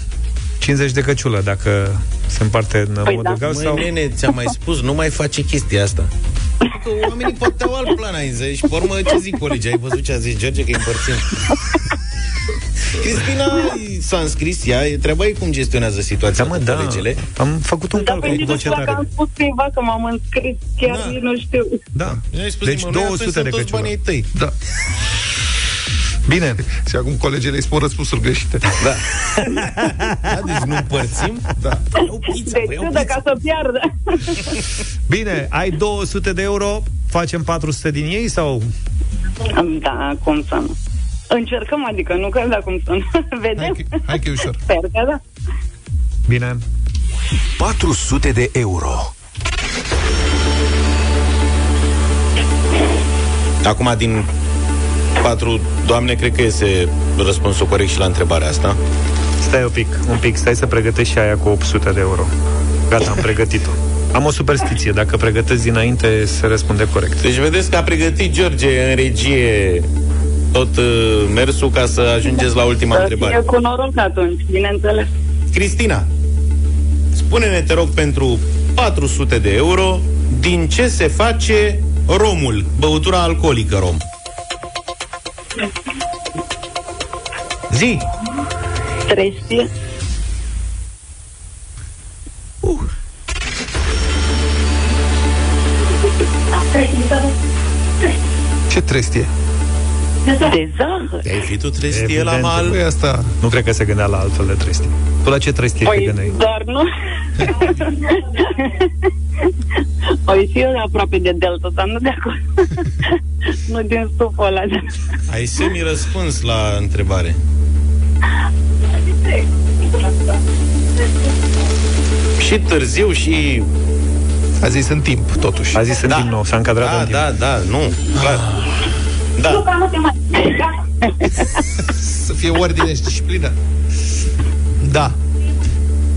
Speaker 2: 50 de căciulă, dacă se împarte în păi
Speaker 17: Păi
Speaker 2: modul
Speaker 17: da.
Speaker 2: da. gal
Speaker 4: Măi,
Speaker 2: sau...
Speaker 4: nene, ți-am mai spus, nu mai face chestia asta. Că oamenii pot da- au alt plan ai zis. Și pe urmă, ce zic colegii? Ai văzut ce a zis George că îi împărțim? Cristina s-a înscris ea, e treaba ei cum gestionează situația
Speaker 2: Da, mă,
Speaker 4: cu
Speaker 2: da.
Speaker 4: colegele.
Speaker 2: Am făcut un
Speaker 17: Dar pe
Speaker 4: deci
Speaker 2: calcul
Speaker 17: nici Păi, nu
Speaker 2: cu voce
Speaker 17: știu dacă
Speaker 2: tare.
Speaker 17: am spus cuiva că m-am înscris. Chiar
Speaker 4: Da.
Speaker 17: nici nu știu.
Speaker 2: Da.
Speaker 4: Noi spus
Speaker 2: Deci
Speaker 4: nimănui,
Speaker 2: 200
Speaker 4: atunci
Speaker 2: de
Speaker 4: sunt toți
Speaker 2: căciulă.
Speaker 4: banii ai tăi.
Speaker 3: Da.
Speaker 2: Bine.
Speaker 3: Și acum colegele îi spun răspunsuri greșite.
Speaker 4: Da. da deci nu împărțim?
Speaker 3: Da.
Speaker 4: Vreau pizza,
Speaker 17: Deci
Speaker 4: vreau
Speaker 17: ciudă
Speaker 4: pizza.
Speaker 17: ca să piardă.
Speaker 2: Bine, ai 200 de euro, facem 400 din ei sau...
Speaker 17: Da, cum să nu. Încercăm, adică nu că da cum să nu.
Speaker 3: Hai
Speaker 17: Vedem.
Speaker 3: că, hai că e ușor.
Speaker 17: Sper că da.
Speaker 2: Bine.
Speaker 1: 400 de euro.
Speaker 4: Acum, din patru doamne, cred că este răspunsul corect și la întrebarea asta.
Speaker 2: Stai un pic, un pic, stai să pregătești și aia cu 800 de euro. Gata, am pregătit-o. Am o superstiție, dacă pregătesc dinainte, se răspunde corect.
Speaker 4: Deci vedeți că a pregătit George în regie tot uh, mersul ca să ajungeți la ultima
Speaker 17: Să fie
Speaker 4: întrebare.
Speaker 17: cu noroc atunci, bineînțeles.
Speaker 4: Cristina, spune-ne, te rog, pentru 400 de euro, din ce se face romul, băutura alcoolică rom? Zi!
Speaker 17: Trestie.
Speaker 3: Uh. Ce trestie?
Speaker 17: De zahăr.
Speaker 4: Te-ai fi tu trestie
Speaker 2: Evident.
Speaker 4: la mal?
Speaker 3: Păi asta...
Speaker 2: Nu cred că se gândea la altfel de trestie. Tu la ce trestie te
Speaker 17: Păi,
Speaker 2: gândeai?
Speaker 17: dar nu. Păi și eu de aproape de Delta, dar nu de acolo. nu din stuful ăla. de-
Speaker 4: Ai semi-răspuns la întrebare. Și târziu și...
Speaker 3: A zis în timp, totuși.
Speaker 2: A zis în
Speaker 4: Da.
Speaker 2: timp nou, s-a încadrat
Speaker 4: Da,
Speaker 2: în timp.
Speaker 4: da, da, nu, clar. Da.
Speaker 3: Să fie ordine și disciplină. Da.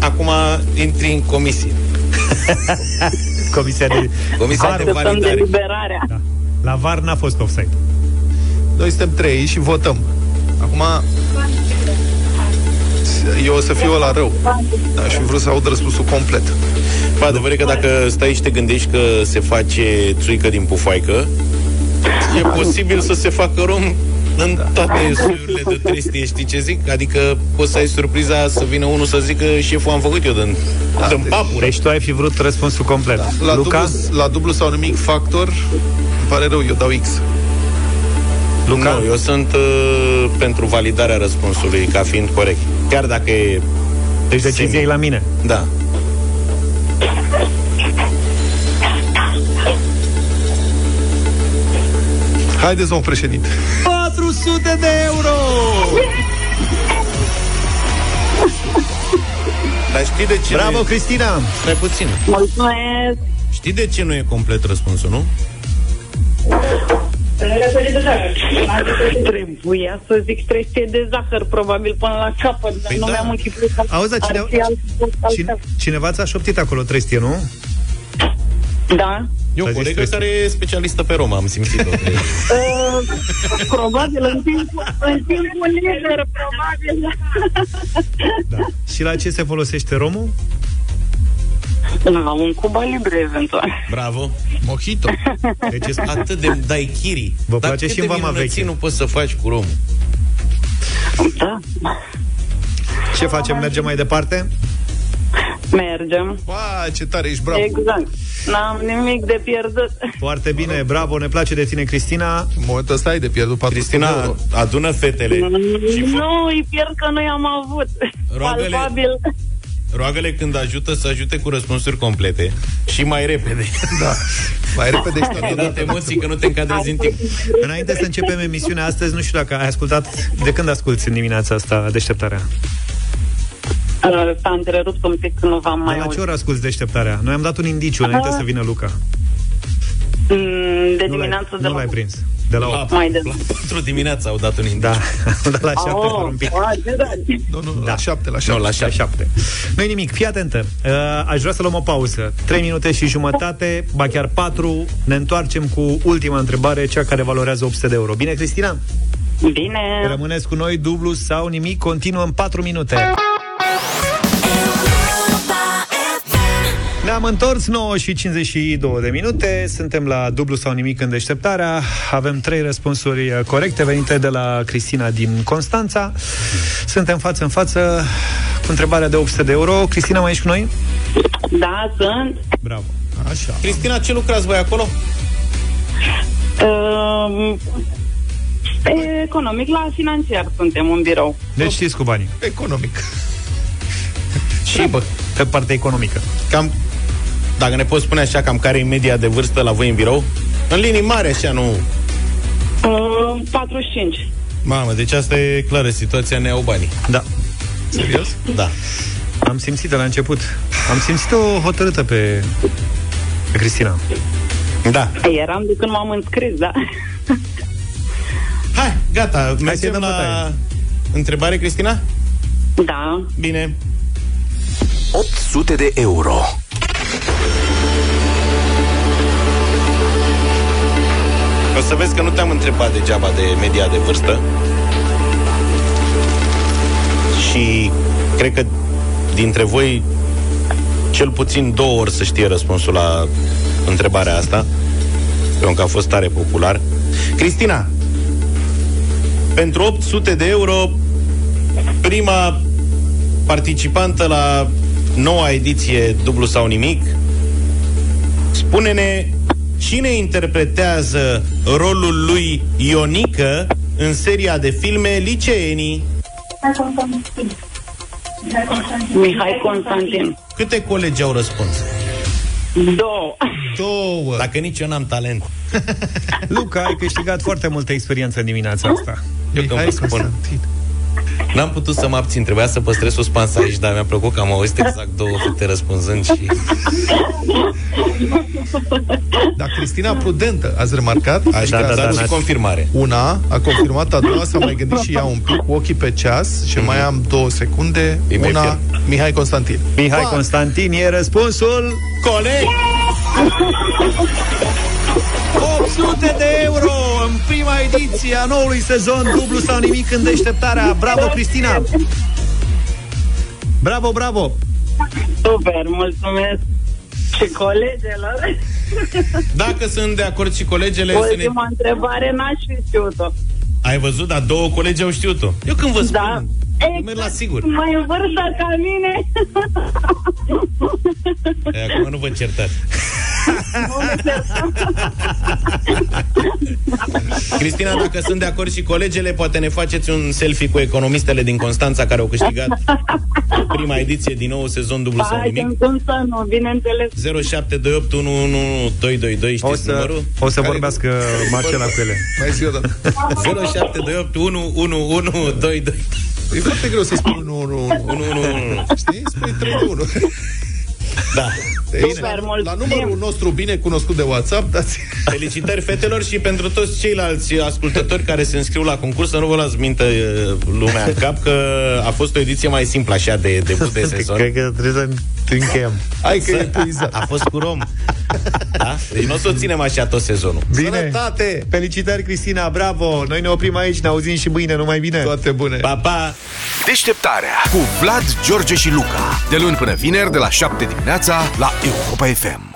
Speaker 4: Acum intri în comisie.
Speaker 2: Comisia de...
Speaker 4: Comisia de
Speaker 17: Așteptăm
Speaker 4: validare.
Speaker 17: deliberarea. Da.
Speaker 2: La VAR n-a fost offside.
Speaker 3: Noi suntem trei și votăm. Acum... Eu o să fiu la rău. Da, și vreau să aud răspunsul complet.
Speaker 4: Bă, adevărul e că dacă stai și te gândești că se face țuică din pufaică, e posibil să se facă rom în toate suiurile de trestie, știi ce zic? Adică poți să ai surpriza să vină unul să zică șeful am făcut eu din, da, din papure.
Speaker 2: Deci tu ai fi vrut răspunsul complet. Da.
Speaker 3: La,
Speaker 2: Luca?
Speaker 3: Dublu, la dublu sau nimic factor, îmi pare rău, eu dau X.
Speaker 4: Luca? Nu, eu sunt uh, pentru validarea răspunsului ca fiind corect. Chiar dacă e
Speaker 2: Deci decizia e la mine.
Speaker 4: Da.
Speaker 3: Haideți, domn președinte.
Speaker 2: 400 de euro!
Speaker 4: Dar știi de ce
Speaker 2: Bravo,
Speaker 4: nu e...
Speaker 2: Cristina!
Speaker 4: Stai puțin.
Speaker 17: Mulțumesc!
Speaker 4: Știi de ce nu e complet răspunsul, nu?
Speaker 17: Trebuia să zic 300 de zahăr, probabil, până la capăt, dar nu mi-am închipuit că
Speaker 2: Păi da. Auzi, dar
Speaker 17: ar
Speaker 2: cine-
Speaker 17: fi alt-
Speaker 2: Cine,
Speaker 17: altceva.
Speaker 2: cineva ți-a șoptit acolo trestie, nu?
Speaker 17: Da?
Speaker 4: E o colegă care e specialistă pe Roma, am simțit-o.
Speaker 17: Uh, probabil în timpul, în timpul liber, probabil.
Speaker 2: Și la ce se folosește romul?
Speaker 17: La Da, un Cuba Libre, eventual.
Speaker 4: Bravo. Mojito. Deci e atât de dai chiri.
Speaker 2: Vă place și în vama veche.
Speaker 4: nu poți să faci cu romul.
Speaker 2: Ce facem? Mergem mai departe?
Speaker 17: Mergem.
Speaker 3: Ba, ce tare ești, bravo.
Speaker 17: Exact. N-am nimic de pierdut.
Speaker 2: Foarte bine, bravo, ne place de tine, Cristina.
Speaker 3: În momentul ăsta ai de pierdut 400 de
Speaker 4: Cristina,
Speaker 3: euro.
Speaker 4: adună fetele.
Speaker 17: Nu, îi pierd că noi am avut.
Speaker 4: Roagă-le.
Speaker 17: Palpabil.
Speaker 4: Roagă-le când ajută să ajute cu răspunsuri complete și mai repede. Da.
Speaker 3: Mai repede și
Speaker 4: Ai dat emoții că nu te încadrezi în timp.
Speaker 2: Înainte să începem emisiunea astăzi, nu știu dacă ai ascultat, de când asculti în dimineața asta deșteptarea?
Speaker 17: Uh, S-a întrerupt un pic, nu v-am
Speaker 2: De
Speaker 17: mai
Speaker 2: la ce
Speaker 17: auzit.
Speaker 2: oră asculti deșteptarea? Noi am dat un indiciu înainte să vină Luca.
Speaker 17: Mm, De
Speaker 2: Nu l-ai,
Speaker 17: dimineață de
Speaker 2: nu
Speaker 17: la...
Speaker 2: l-ai prins. De la 8.
Speaker 17: Mai de la...
Speaker 4: Patru dimineața au dat un indiciu.
Speaker 2: Da, de la 7 doar un pic.
Speaker 17: a, ce dragi.
Speaker 3: Nu, nu,
Speaker 2: Da.
Speaker 3: la 7, la 7.
Speaker 4: Nu, la
Speaker 2: La
Speaker 4: șapte.
Speaker 2: 7. nu nimic, fii atentă. Uh, aș vrea să luăm o pauză. 3 minute și jumătate, ba chiar 4. Ne întoarcem cu ultima întrebare, cea care valorează 800 de euro. Bine, Cristina?
Speaker 17: Bine.
Speaker 2: Rămâneți cu noi, dublu sau nimic, continuăm în 4 minute. Ne-am întors 9 și 52 de minute, suntem la dublu sau nimic în deșteptarea, avem trei răspunsuri uh, corecte venite de la Cristina din Constanța. Suntem față în față cu întrebarea de 800 de euro. Cristina, mai ești cu noi?
Speaker 17: Da, sunt.
Speaker 2: Bravo.
Speaker 3: Așa.
Speaker 4: Cristina, ce lucrați voi acolo?
Speaker 17: Uh, economic, la financiar suntem un birou.
Speaker 2: Deci știți cu banii,
Speaker 3: Economic.
Speaker 4: Și bă,
Speaker 2: pe partea economică.
Speaker 4: cam, dacă ne poți spune așa, cam care e media de vârstă la voi în birou? În linii mari, așa, nu...
Speaker 17: Uh, 45.
Speaker 4: Mamă, deci asta e clară, situația ne au banii.
Speaker 2: Da,
Speaker 3: Serios?
Speaker 4: Da.
Speaker 2: am simțit de la început. Am simțit-o hotărâtă pe, pe Cristina.
Speaker 4: Da.
Speaker 17: Eram de când m-am înscris, da.
Speaker 4: Hai, gata,
Speaker 2: să-i
Speaker 4: mergem
Speaker 2: dăm
Speaker 4: la
Speaker 2: bătaie.
Speaker 4: întrebare, Cristina?
Speaker 17: Da.
Speaker 4: Bine.
Speaker 1: 800 de euro.
Speaker 4: O să vezi că nu te-am întrebat degeaba de media de vârstă. Și cred că dintre voi cel puțin două ori să știe răspunsul la întrebarea asta, pentru că a fost tare popular. Cristina, pentru 800 de euro, prima participantă la noua ediție Dublu sau Nimic, spune-ne cine interpretează rolul lui Ionică în seria de filme Liceenii.
Speaker 17: Mihai Constantin.
Speaker 4: Câte colegi au răspuns?
Speaker 17: Două.
Speaker 3: Două.
Speaker 4: Dacă nici eu n-am talent.
Speaker 2: Luca, ai câștigat foarte multă experiență în dimineața asta.
Speaker 4: Eu că vă spun. N-am putut să mă abțin, trebuia să păstrez suspans aici, dar mi-a plăcut că am auzit exact două fete răspunzând și... Da,
Speaker 3: Dar Cristina prudentă, ați remarcat?
Speaker 4: Așa, da, da, da, și confirmare.
Speaker 3: Una a confirmat, a doua s-a mai gândit și ea un pic, cu ochii pe ceas
Speaker 2: Mhm.
Speaker 3: și mai am două secunde.
Speaker 4: Îi mai
Speaker 3: Una,
Speaker 4: pierd.
Speaker 3: Mihai Constantin.
Speaker 2: Mihai
Speaker 3: Ba,
Speaker 2: Constantin e răspunsul
Speaker 4: Coleg!
Speaker 2: 800 de euro în prima ediție a noului sezon dublu sau nimic în deșteptarea. Bravo, Cristina! Bravo, bravo!
Speaker 17: Super, mulțumesc. Și colegelor.
Speaker 4: Dacă sunt de acord și colegele, să ne...
Speaker 17: Ultima întrebare n-aș fi știut-o.
Speaker 4: Ai văzut, dar două colegi au știut-o. Eu când vă spun,
Speaker 17: Da.
Speaker 4: eu merg la sigur.
Speaker 17: Mai în vârstă ca mine.
Speaker 4: E, Acum nu vă certați. Cristina, dacă sunt de acord și colegele, poate ne faceți un selfie cu economistele din Constanța care au câștigat prima ediție din nou sezon dublu sau
Speaker 17: Hai,
Speaker 4: nimic.
Speaker 17: sunt cum să nu, bineînțeles.
Speaker 4: 0728111222, știți
Speaker 2: O să,
Speaker 4: numărul?
Speaker 2: o să vorbească Marcela cu ele.
Speaker 3: Mai zi o dată.
Speaker 4: 0728111222.
Speaker 3: E foarte greu să spui 1 1
Speaker 4: 1 1 1.
Speaker 3: Știi? Spui 3 1.
Speaker 4: Da.
Speaker 17: Super,
Speaker 3: La numărul nostru bine cunoscut de WhatsApp, dați
Speaker 4: Felicitări fetelor și pentru toți ceilalți ascultători care se înscriu la concurs, să nu vă las minte e, lumea în cap că a fost o ediție mai simplă așa de debut de sezon.
Speaker 18: Cred că trebuie să încheiem.
Speaker 3: Hai că e epuizat.
Speaker 4: A fost cu rom. Da? Deci nu o să o ținem așa tot sezonul.
Speaker 2: Bine. Sănătate! Felicitări, Cristina, bravo! Noi ne oprim aici, ne auzim și mâine, numai bine!
Speaker 3: Toate bune!
Speaker 4: Pa, pa!
Speaker 1: Deșteptarea cu Vlad, George și Luca. De luni până vineri, de la 7 dimineața, la Europa FM.